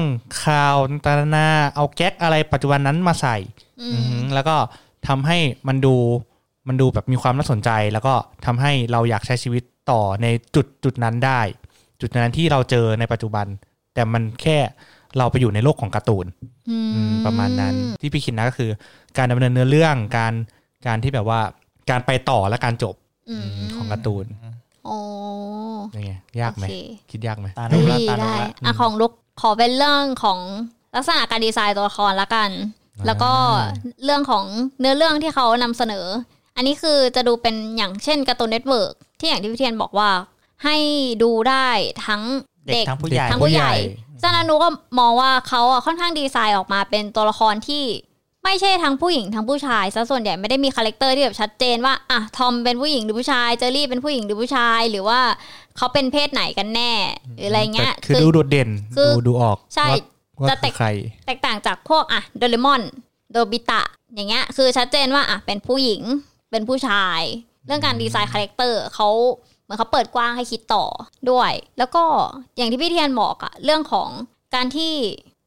[SPEAKER 4] ข่าวต่างๆนานาเอาแก๊กอะไรปัจจุบันนั้นมาใส่
[SPEAKER 3] อื
[SPEAKER 4] อือ
[SPEAKER 3] ม
[SPEAKER 4] หือแล้วก็ทำให้มันดูมันดูแบบมีความน่าสนใจ แล้วก็ทำให้เราอยากใช้ชีวิตต่อในจุดจุดนั้นได้ จุดนั้นที่เราเจอในปัจจุบัน แต่มันแค่เราไปอยู่ในโลกของการ์ตูน
[SPEAKER 3] อื
[SPEAKER 4] อื
[SPEAKER 3] ม
[SPEAKER 4] มประมาณนั้นที่พี่คิดนะก็คือ การดำเนินเนื้อเรื่องการการที่แบบว่าการไปต่อและการจบ
[SPEAKER 3] อืม
[SPEAKER 4] ของการ์ตูน
[SPEAKER 3] โอ้
[SPEAKER 4] ยังไงยากไหม
[SPEAKER 3] โอเค
[SPEAKER 4] คิดยากไหม
[SPEAKER 2] ตา
[SPEAKER 3] ดี
[SPEAKER 2] โนุละตาโนุ
[SPEAKER 3] ได้
[SPEAKER 2] ละ
[SPEAKER 3] อ่ะของลุกขอเป็นเรื่องของลักษณะการดีไซน์ตัวละครละกัน
[SPEAKER 4] อ่า
[SPEAKER 3] แล้วก็เรื่องของเนื้อเรื่องที่เขานำเสนอ อันนี้คือจะดูเป็นอย่างเช่นการ์ตูนเน็ตเวิร์กที่อย่างที่พี่เทียนบอกว่า ให้ดูได้ทั้ง
[SPEAKER 2] เด็ก
[SPEAKER 3] เด็ก
[SPEAKER 2] ทั้งผู้ใหญ่
[SPEAKER 3] ทั้งผู้ใหญ่ ซานานุก็มองว่าเขาอ่ะค่อนข้างดีไซน์ออกมาเป็นตัวละครที่ไม่ใช่ทั้งผู้หญิงทั้งผู้ชายซะส่วนใหญ่ไม่ได้มีคาแรคเตอร์ที่แบบชัดเจนว่าอ่ะทอมเป็นผู้หญิงหรือผู้ชายเจอรี่เป็นผู้หญิงหรือผู้ชาย หรือว่าเขาเป็นเพศไหนกันแน่หรืออะไรเงี้ย
[SPEAKER 4] แต่คือดูโดดเด่น
[SPEAKER 3] คือ
[SPEAKER 4] ดูดูออก
[SPEAKER 3] ใช่
[SPEAKER 4] ว่าว่า
[SPEAKER 3] จะแต
[SPEAKER 4] คื
[SPEAKER 3] ก
[SPEAKER 4] อใคร
[SPEAKER 3] แตกต่างจากพวกอ่ะโดเรมอนโดบิตะ อย่างเงี้ยคือชัดเจนว่าอ่ะเป็นผู้หญิงเป็นผู้ชาย เรื่องการดีไซน์คาแรคเตอร์เขาเหมือนเขาเปิดกว้างให้คิดต่อด้วย แล้วก็อย่างที่พี่เทียนบอกอะเรื่องของการที่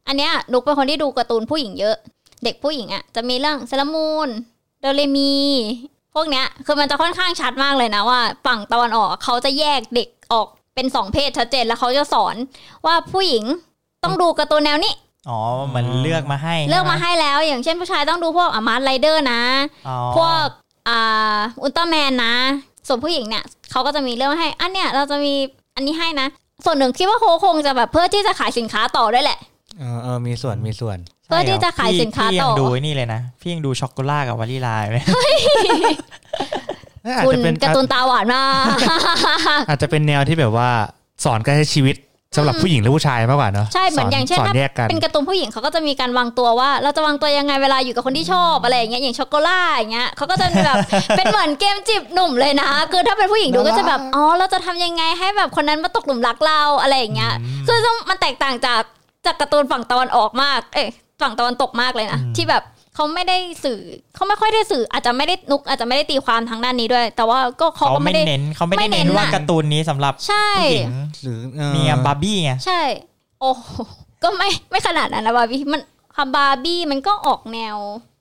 [SPEAKER 3] อันเนี้ยนุกเป็นคนที่ดูการ์ตูนผู้หญิงเยอะ เด็กผู้หญิงอะจะมีเรื่องเซรามูนโดเรมี พวกเนี้ยคือมันจะค่อนข้างชัดมากเลยนะว่า ฝั่งตะวันออกเขาจะแยกเด็กออกเป็นสองเพศชัดเจนแล้วเขาจะสอนว่าผู้หญิงต้องดูการ์ตูนแนวนี้
[SPEAKER 2] อ๋อเหมือนเลือกมาให้
[SPEAKER 3] เลือกมา
[SPEAKER 2] ใช่ไ
[SPEAKER 3] ให้แล้วอย่างเช่นผู้ชายต้องดูพวกอามาร์ไรเดอร์นะ
[SPEAKER 2] อ๋อ
[SPEAKER 3] พวกอ่าอุลตร้าแมนนะ ส่วนผู้หญิงเนี่ยเขาก็จะมีเรื่องให้อันเนี้ยเราจะมีอันนี้ให้นะ ส่วนหนึ่งคิดว่าโคคงจะแบบเพื่อที่จะขายสินค้าต่อด้วยแหละ
[SPEAKER 4] เออเออมีส่วนมีส่วน
[SPEAKER 3] เพื่อที่จะขายสินค้า
[SPEAKER 2] พี่
[SPEAKER 3] ต่อ
[SPEAKER 2] พี่ยังดูไอ้นี่เลยนะ พี่ยังดูช็อกโกแลตกับวานิลลาเลย
[SPEAKER 4] อาจ
[SPEAKER 3] คุณ
[SPEAKER 4] จะเป็น
[SPEAKER 3] การ์ตูนตาหวานมาก
[SPEAKER 4] อาจจะเป็นแนวที่แบบว่าสอนการใช้ชีวิตสำหรับผู้หญิงหรือผู้ชายมากกว่าเนอะ
[SPEAKER 3] ใช่เหมือน
[SPEAKER 4] ส
[SPEAKER 3] อย่างเช่น
[SPEAKER 4] สอน
[SPEAKER 3] ถ้า
[SPEAKER 4] แยกกัน
[SPEAKER 3] เป็นการ์ตูนผู้หญิงเขาก็จะมีการวางตัวว่า เราจะวางตัวยังไงเวลาอยู่กับคนที่ชอบอะไรอย่างเงี้ยอย่างช็อกโกแลตอย่างเงี้ยเขาก็จะแบบ เป็นเหมือนเกมจีบหนุ่มเลยนะคือถ้าเป็นผู้หญิงดูก็จะแบบอ๋อเราจะทำยังไงให้แบบคนนั้นมาตกหลุมรักเราอะไรอย่างเงี้ย
[SPEAKER 2] อืม
[SPEAKER 3] คือต้องมันแตกต่างจากจากการ์ตูนฝั่งตะวันออกมาก เอ้ยฝั่งตะวันตกมากเลยนะ
[SPEAKER 2] อืม
[SPEAKER 3] ที่แบบเขาไม่ได้สื่อเขาไม่ค่อยได้สื่ออาจจะไม่ได้นุกอาจจะไม่ได้ตีความทางด้านนี้ด้วย แต่ว่าก็เขา
[SPEAKER 2] เขา
[SPEAKER 3] ก็
[SPEAKER 2] ไม่
[SPEAKER 3] ไม่ได้
[SPEAKER 2] เน้นเขาไม่ได้
[SPEAKER 3] ไม่เน้
[SPEAKER 2] เน้
[SPEAKER 3] น
[SPEAKER 2] นว่า
[SPEAKER 3] อะ
[SPEAKER 2] การ์ตูนนี้สำหรับ
[SPEAKER 3] ใช่
[SPEAKER 2] ผู้หญิง
[SPEAKER 4] หรือเ
[SPEAKER 2] เมียบาร์บี้ไง
[SPEAKER 3] ใช่ โอ้โหก็ไม่ไม่ขนาดนั้นนะบาร์บี้มันคำบาร์บี้มันก็ออกแนว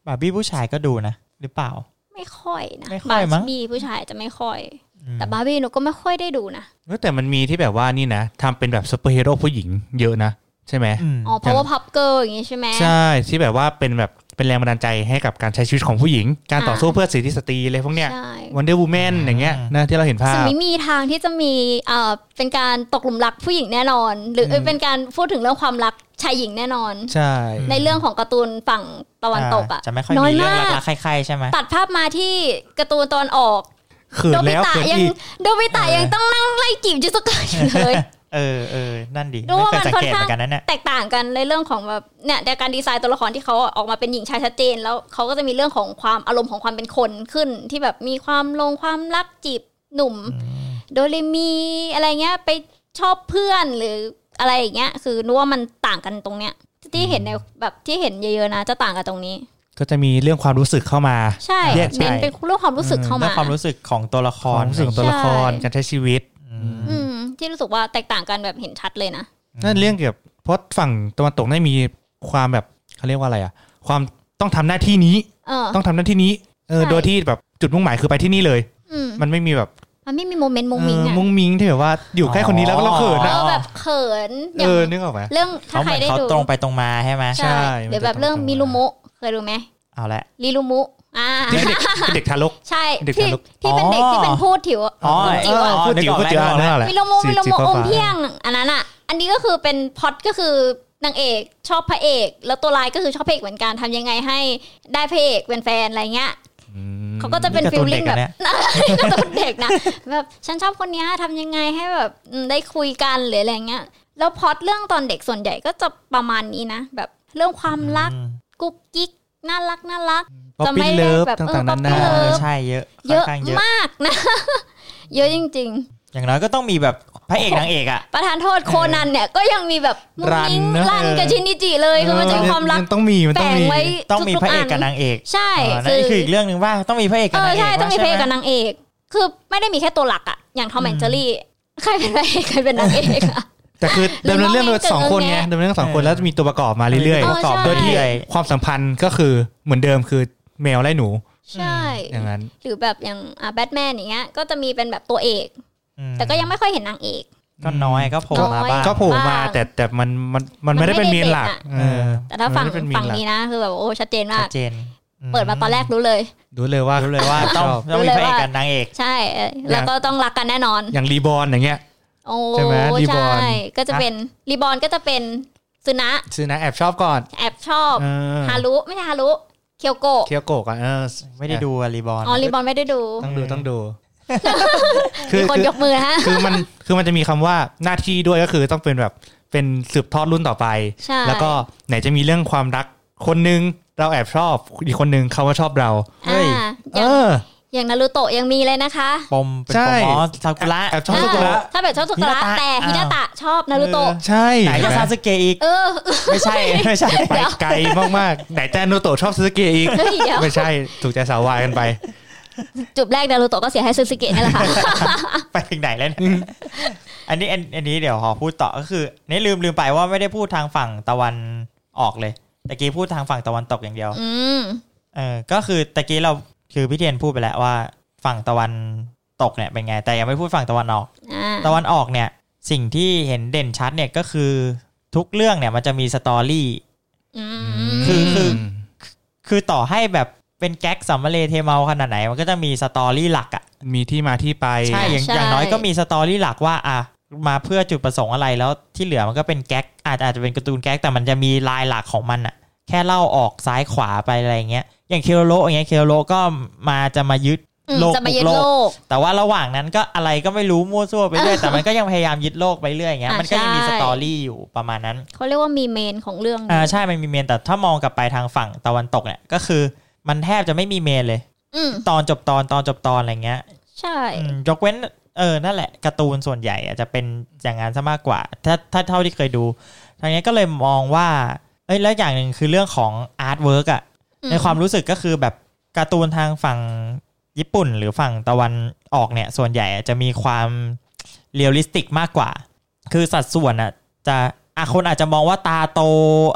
[SPEAKER 2] บาร์บี้ผู้ชายก็ดูนะ หรือเปล่า
[SPEAKER 3] ไม่ค่อยนะ
[SPEAKER 2] ไม่ค่อยมั้ง
[SPEAKER 3] บาร์บี้ผู้ชายจะไม่ค่อย
[SPEAKER 2] อืม
[SPEAKER 3] แต่บาร์บี้หนูก็ไม่ค่อยได้ดูนะ
[SPEAKER 4] เออแต่มันมีที่แบบว่านี่นะทำเป็นแบบซูเปอร์ฮีโร่ผู้หญิงเยอะนะ ใช่ไหม
[SPEAKER 2] อืม
[SPEAKER 3] อ๋อเพราะว่าพับเกิลอย่างงี้ใช่ไหม
[SPEAKER 4] ใช่ที่แบบว่าเป็นแบบเป็นแรงบันดาลใจให้กับการใช้ชีวิตของผู้หญิง การต่อ
[SPEAKER 3] อ่า
[SPEAKER 4] สู้เพื่อสิทธิสตรีอะไรพวกเนี้ย
[SPEAKER 3] ใช่
[SPEAKER 4] วันเดอร์วูแมนอย่างเงี้ยนะที่เราเห็นภา
[SPEAKER 3] ซึ่ง
[SPEAKER 4] พ
[SPEAKER 3] ไม่มีทางที่จะมีเอ่อเป็นการตกหลุมรักผู้หญิงแน่นอน หรือเอ้ย
[SPEAKER 4] อืม
[SPEAKER 3] เป็นการพูดถึงเรื่องความรักชายหญิงแน่นอน
[SPEAKER 4] ใช่
[SPEAKER 3] ในเรื่องของการ์ตูนฝั่งตะวันตกอ่ะ
[SPEAKER 2] จะไม่ค่อย
[SPEAKER 3] น้อย
[SPEAKER 2] มีเรื่อ
[SPEAKER 3] มาง ก
[SPEAKER 2] รักๆใครๆใช่ไหม
[SPEAKER 3] ตัดภาพมาที่การ์ตูนตอนออก
[SPEAKER 4] เขืน
[SPEAKER 3] โดบิ
[SPEAKER 4] แล้ว
[SPEAKER 3] ตะ
[SPEAKER 4] เขืน
[SPEAKER 3] ยัง
[SPEAKER 4] อีก
[SPEAKER 3] โดบิตะยังต้องนั่งไล่จีบจูสกะอยู่เลย
[SPEAKER 2] เออเออนั่นดี
[SPEAKER 3] ดู
[SPEAKER 2] ไม่
[SPEAKER 3] ว่า
[SPEAKER 2] เคย
[SPEAKER 3] มัน
[SPEAKER 2] สัง
[SPEAKER 3] ค่อน
[SPEAKER 2] เกตเห
[SPEAKER 3] ข้าง
[SPEAKER 2] มือนกันนะเนี่ย
[SPEAKER 3] แตกต่างกันในเรื่องของแบบเนี่ยในการดีไซน์ตัวละครที่เขาออกมาเป็นหญิงชายชัดเจน แล้วเขาก็จะมีเรื่องของความอารมณ์ของความเป็นคนขึ้น ที่แบบมีความลงความรักจีบหนุ่ม
[SPEAKER 2] อืม
[SPEAKER 3] โดเรมีอะไรเงี้ยไปชอบเพื่อนหรืออะไรอย่างเงี้ยคือนึกว่ามันต่างกันตรงเนี้ยที่เห็นในแบบที่เห็นเยอะๆนะ จะต่างกันตรงนี้
[SPEAKER 4] ก็จะมีเรื่องความรู้สึกเข้ามา
[SPEAKER 3] ใช่
[SPEAKER 4] แยกใช่
[SPEAKER 3] เน้นเป็นเรื่องความรู้สึกเข้า
[SPEAKER 2] เรื่
[SPEAKER 3] มา
[SPEAKER 2] องความรู้สึกของตัวละค
[SPEAKER 4] ความ
[SPEAKER 2] ร
[SPEAKER 4] รู้สึกของตัวละครการใช้ชีวิต
[SPEAKER 2] อืม
[SPEAKER 3] อืมที่รู้สึกว่าแตกต่างกันแบบเห็นชัดเลยนะ
[SPEAKER 4] นั่นเรื่องเกี่ยวกับเพราะฝั่งตะวันตกได้มีความแบบเขาเรียกว่าอะไรอะความต้องทำหน้าที่นี้
[SPEAKER 3] เออ
[SPEAKER 4] ต้องทำหน้าที่นี้เออ
[SPEAKER 3] ใช่
[SPEAKER 4] โดยที่แบบจุดมุ่งหมายคือไปที่นี่เลย
[SPEAKER 3] อืม
[SPEAKER 4] มันไม่มีแบบ
[SPEAKER 3] มันไม่มีโมเมนต์มุงมิง
[SPEAKER 4] เอ
[SPEAKER 3] อะ
[SPEAKER 4] อมุ้งมิงที่แบบว่าอยู่ใกล้คนนี้แล้วก็เราเขิน
[SPEAKER 3] เอ
[SPEAKER 4] อะ
[SPEAKER 3] อแบบเขินอ
[SPEAKER 4] เอย่าง อนึกออกไหม
[SPEAKER 3] เรื่องถ้า
[SPEAKER 2] เขาเห
[SPEAKER 3] ใคร
[SPEAKER 2] มือน
[SPEAKER 3] ได้
[SPEAKER 2] เขา
[SPEAKER 3] ดู
[SPEAKER 2] ตรงไปตรงมาใช่ไหม
[SPEAKER 4] ใช่มันจะ
[SPEAKER 3] หรือแบบเรื่อง
[SPEAKER 4] ตรงๆ
[SPEAKER 3] มิรุมุเคยดูไหม
[SPEAKER 2] เอาละ
[SPEAKER 3] ลิรุมุอ่า
[SPEAKER 4] ที่เป็นเด็กเป็นเด็กทารก
[SPEAKER 3] ใช่
[SPEAKER 4] เด็ก
[SPEAKER 3] ที่
[SPEAKER 4] ทารก
[SPEAKER 3] ที่เป็นเด็ก
[SPEAKER 2] อ๋อ
[SPEAKER 3] ที่เป็นพูดถิว
[SPEAKER 2] อ๋อ
[SPEAKER 3] จิ๋ว
[SPEAKER 4] เอ
[SPEAKER 3] อะ
[SPEAKER 4] อพูดจิ๋วพูดจิ๋ว
[SPEAKER 2] นึกออกแล้ว
[SPEAKER 4] นั่นแหละ
[SPEAKER 3] มิรุมุ
[SPEAKER 4] สี
[SPEAKER 3] มิรุ
[SPEAKER 4] สี
[SPEAKER 3] มุอ
[SPEAKER 4] ฟ้า
[SPEAKER 3] ม
[SPEAKER 4] ๆ
[SPEAKER 3] เพียงอันนั้นอ่ะ อันนี้ก็คือเป็นพล็อตก็คือนางเอกชอบพระเอก แล้วตัวร้ายก็คือชอบพระเอกเหมือนกันทำยังไงให้ได้พระเอกเป็นแฟนอะไรเงี้ย
[SPEAKER 4] อืม
[SPEAKER 3] เขาก็จะเป็น
[SPEAKER 2] นี่การ์ตูน
[SPEAKER 3] ฟีลลิ่ง
[SPEAKER 2] เด็ก
[SPEAKER 3] แบ
[SPEAKER 2] อะ
[SPEAKER 3] บ
[SPEAKER 2] เนี่ย
[SPEAKER 3] การ์ตูนเด็กนะแบบฉันชอบคนเนี้ยทำยังไงให้แบบอืมได้คุยกันหรืออะไรเงี้ยแล้วพล็อตเรื่องตอนเด็กส่วนใหญ่ก็จะประมาณนี้นะ แบบเรื่องความรัก
[SPEAKER 2] อืม
[SPEAKER 3] กุ๊กกิ๊กน่ารักน่ารัก
[SPEAKER 4] ป๊อป
[SPEAKER 3] จะไม่
[SPEAKER 4] ปี้
[SPEAKER 3] ได้
[SPEAKER 4] เลิฟ
[SPEAKER 3] แบบ
[SPEAKER 4] ต่างๆนา
[SPEAKER 3] เอ
[SPEAKER 4] นา
[SPEAKER 2] เอ
[SPEAKER 3] อ
[SPEAKER 2] อใช่เยอะ
[SPEAKER 3] เย
[SPEAKER 2] ค่อน
[SPEAKER 3] อะ
[SPEAKER 2] ข้างเยอะ
[SPEAKER 3] มากนะ เยอะจริง
[SPEAKER 2] อย่างน้อยก็ต้องมีแบบพระเอกนางเอกอ่ะ
[SPEAKER 3] ๆ ประธานโทษโคนันเนี่ยก็ยังมีแบบมุ้งมิ้งรันกับชินิจิเลยคือมันจะมีความรัก
[SPEAKER 4] นต้องมีมัน
[SPEAKER 3] แฝ
[SPEAKER 4] ต้อง
[SPEAKER 3] ง
[SPEAKER 4] มี
[SPEAKER 3] ไว้
[SPEAKER 2] ต้องมี
[SPEAKER 3] ทุ
[SPEAKER 2] พระเอก
[SPEAKER 3] น
[SPEAKER 2] กับนางเอก
[SPEAKER 3] ใช่
[SPEAKER 2] เออนั่นนี่คืออีกเรื่องหนึ่งว่าต้องมีพระเอก
[SPEAKER 3] เอ
[SPEAKER 2] กับ
[SPEAKER 3] อน
[SPEAKER 2] างเอก
[SPEAKER 3] ใช่ต้องมีพระเอกกั
[SPEAKER 2] ว่าน
[SPEAKER 3] บางเอก คือไม่ได้มีแค่ตัวหลักอะอย่างทอมแอนเจอรี่ใครเป็นพระเอกใครเป็นนางเอกอะ
[SPEAKER 4] แต่คือ
[SPEAKER 3] หรือ
[SPEAKER 4] ดำเนินเรื่องโดย
[SPEAKER 3] มองใน
[SPEAKER 4] สองคนไง
[SPEAKER 3] เกิดเรื่องไง
[SPEAKER 4] ดำเนินเรื่องสองคนแล้วจะมีตัวประกอบมาเรื่อ
[SPEAKER 2] ป
[SPEAKER 4] ย
[SPEAKER 3] เอ
[SPEAKER 2] ระ
[SPEAKER 3] อ
[SPEAKER 2] กอบ
[SPEAKER 3] ใช่
[SPEAKER 2] ด้วยที่
[SPEAKER 4] ๆ ความสัมพันธ์ก็คือเหมือนเดิมคือแมวไล่หนู
[SPEAKER 3] ใช่
[SPEAKER 4] อย่างนั้น
[SPEAKER 3] หรือแบบอย่างอ่ะแบทแมนอย่างเงี้ยก็จะมีเป็นแบบตัวเอก
[SPEAKER 2] อืม
[SPEAKER 3] แต่ก็ยังไม่ค่อยเห็นนางเอก
[SPEAKER 2] ก็น้อยก็โผล่มาบ้าง
[SPEAKER 3] น้
[SPEAKER 4] ก็
[SPEAKER 3] อย
[SPEAKER 4] โผล่มาแต่แต่มันมันมันไม่ได้เป็นเมนหลักเออ
[SPEAKER 3] แต่ถ้าฝั่ง
[SPEAKER 4] มันไม่ได้เป็นเม
[SPEAKER 3] ฝั่
[SPEAKER 4] น
[SPEAKER 3] ง
[SPEAKER 4] หลัก
[SPEAKER 3] นี้นะคือแบบโอ้ชัดเจนมา
[SPEAKER 2] ชั
[SPEAKER 3] ก
[SPEAKER 2] ดเจนอื
[SPEAKER 3] เปิดมาตอนแรกรู้เลย
[SPEAKER 4] ดูเลยว่า
[SPEAKER 2] รู้เลยว่าต้องต้องมีพระเอกกับนางเอก
[SPEAKER 3] ใช่เออแล้วก็ต้องรักกันแน่นอน
[SPEAKER 4] อย่างรีบอร์นอย่างเงี้ย
[SPEAKER 3] โอ้
[SPEAKER 4] ใช่ไหมรีบอ
[SPEAKER 3] ใช่
[SPEAKER 4] ร์น
[SPEAKER 3] ก็จะเป็นรีบอร์นก็จะเป็นซึนะ
[SPEAKER 4] ซื้อนะแอบชอบก่อน
[SPEAKER 3] แอบชอบ
[SPEAKER 4] เออ
[SPEAKER 3] ฮารุไม่ใช่ฮารุเคียวโกะ
[SPEAKER 4] เคียวโกะก่อนเออ
[SPEAKER 2] ไม่ได้ดูรีบอล
[SPEAKER 3] อ๋อรีบอร์นไม่ได้ดู
[SPEAKER 4] ต้องดูต้องดู
[SPEAKER 3] มีคนยกมือฮะ
[SPEAKER 4] คือมันคือมันจะมีคำว่าหน้าที่ด้วยก็คือต้องเป็นแบบเป็นสืบทอดรุ่นต่อไป
[SPEAKER 3] ใช่
[SPEAKER 4] แล้วก็ไหนจะมีเรื่องความรักคนนึงเราแอบชอบอีกคนนึงเขาว่าชอบเรา
[SPEAKER 2] เฮ้ย
[SPEAKER 3] อ่าอ
[SPEAKER 4] เอ
[SPEAKER 3] อ
[SPEAKER 4] ย่าง อ
[SPEAKER 3] ย่างนารูโตะยังมีเลยนะคะ
[SPEAKER 2] ปมเป็น
[SPEAKER 4] ใช่
[SPEAKER 2] ปมอ๋อซากุระ
[SPEAKER 4] แอบชอบสุกุระ
[SPEAKER 3] อ่าถ้าแบบชอบสุกระ
[SPEAKER 2] ฮินาตะ
[SPEAKER 3] แต่
[SPEAKER 2] อ่า
[SPEAKER 3] ฮินาตะชอบนารูโตะ
[SPEAKER 4] ใช่
[SPEAKER 2] ไหนก็ซาสึเกะอีก
[SPEAKER 3] เออ
[SPEAKER 2] ไม่ใช่ ไม่ใช่
[SPEAKER 4] ไปไกลมากๆไหนแต่อนุโตะชอบซูซูกิอีก
[SPEAKER 3] เฮ้ยเดี๋ยว
[SPEAKER 4] ไม่ใช่ถูกใจสาววายกันไป
[SPEAKER 3] จุบแรกนารูโตะก็เสียให้ซึซึเกะนี่แหละค่ะ
[SPEAKER 2] ไปถึงไหนแล้วเนี่ยอันนี้อันอันนี้เดี๋ยวขอพูดต่อก็คือนี่ลืมลืมไปว่าไม่ได้พูดทางฝั่งตะวันออกเลยตะกี้พูดทางฝั่งตะวันตกอย่างเดียว
[SPEAKER 3] อืม
[SPEAKER 2] เออก็คือตะกี้เราคือพี่เทียนพูดไปแล้วว่าฝั่งตะวันตกเนี่ยเป็นไง แต่ยังไม่พูดฝั่งตะวันออก
[SPEAKER 3] อ่า
[SPEAKER 2] ตะวันออกเนี่ยสิ่งที่เห็นเด่นชัดเนี่ยก็คือทุกเรื่องเนี่ยมันจะมีสตอรี่
[SPEAKER 3] อืม
[SPEAKER 2] คือคือ คือต่อให้แบบเป็นแก๊กสัมมาเลเทเมาขนาดไหน มันก็จะมีสตอรี่หลักอะ
[SPEAKER 4] มีที่มาที่ไป
[SPEAKER 2] ใช่อย่างอย่างน้อยก็มีสตอรี่หลักว่าอ่ะมาเพื่อจุดประสงค์อะไรแล้วที่เหลือมันก็เป็นแก๊กอาจอาจจะเป็นการ์ตูนแก๊กแต่มันจะมีลายหลักของมันอะแค่เล่าออกซ้ายขวาไปอะไรอย่างเงี้ยอย่างเคโรโลอย่างเงี้ยเคโรโลก็มาจะมายึด
[SPEAKER 3] ม
[SPEAKER 2] โลก
[SPEAKER 3] จะมา
[SPEAKER 2] บุ
[SPEAKER 3] เย็
[SPEAKER 2] ก
[SPEAKER 3] น
[SPEAKER 2] โล
[SPEAKER 3] โล
[SPEAKER 2] ก
[SPEAKER 3] ก
[SPEAKER 2] แต่ว่าระหว่างนั้นก็อะไรก็ไม่รู้มั่วซั่วไปเรื่อยแต่มันก็ยังพยายามยึดโลกไปเรื่อยอย่างเงี้ย
[SPEAKER 3] อ่ะ
[SPEAKER 2] มันก็ยังมี
[SPEAKER 3] ใช่
[SPEAKER 2] สตอรี่อยู่ประมาณนั้น
[SPEAKER 3] เขาเรียกว่ามีเมนของเรื่อง
[SPEAKER 2] อ่าใช่ มันมีเมนแต่ถ้ามองกลับไปทางฝั่งตะวันตกเนี่ยก็คือมันแทบจะไม่มีเมนเลย
[SPEAKER 3] อืม
[SPEAKER 2] ตอนจบตอนตอนจบตอนอะไรเงี้ย
[SPEAKER 3] ใช่
[SPEAKER 2] อืมยกเว้นเออนั่นแหละการ์ตูนส่วนใหญ่อาจจะเป็นอย่างนั้นซะมากกว่า ถ้าถ้าเท่าที่เคยดูทางนี้ก็เลยมองว่าเอ้ยแล้วอย่างหนึ่งคือเรื่องของอาร์ตเวิร์กอะ
[SPEAKER 3] อืม
[SPEAKER 2] ในความรู้สึกก็คือแบบการ์ตูนทางฝั่งญี่ปุ่น หรือฝั่งตะวันออกเนี่ยส่วนใหญ่อะจะมีความเรียลลิสติกมากกว่า คือสัดส่วนอะจะอ่ะคนอาจจะมองว่าตาโต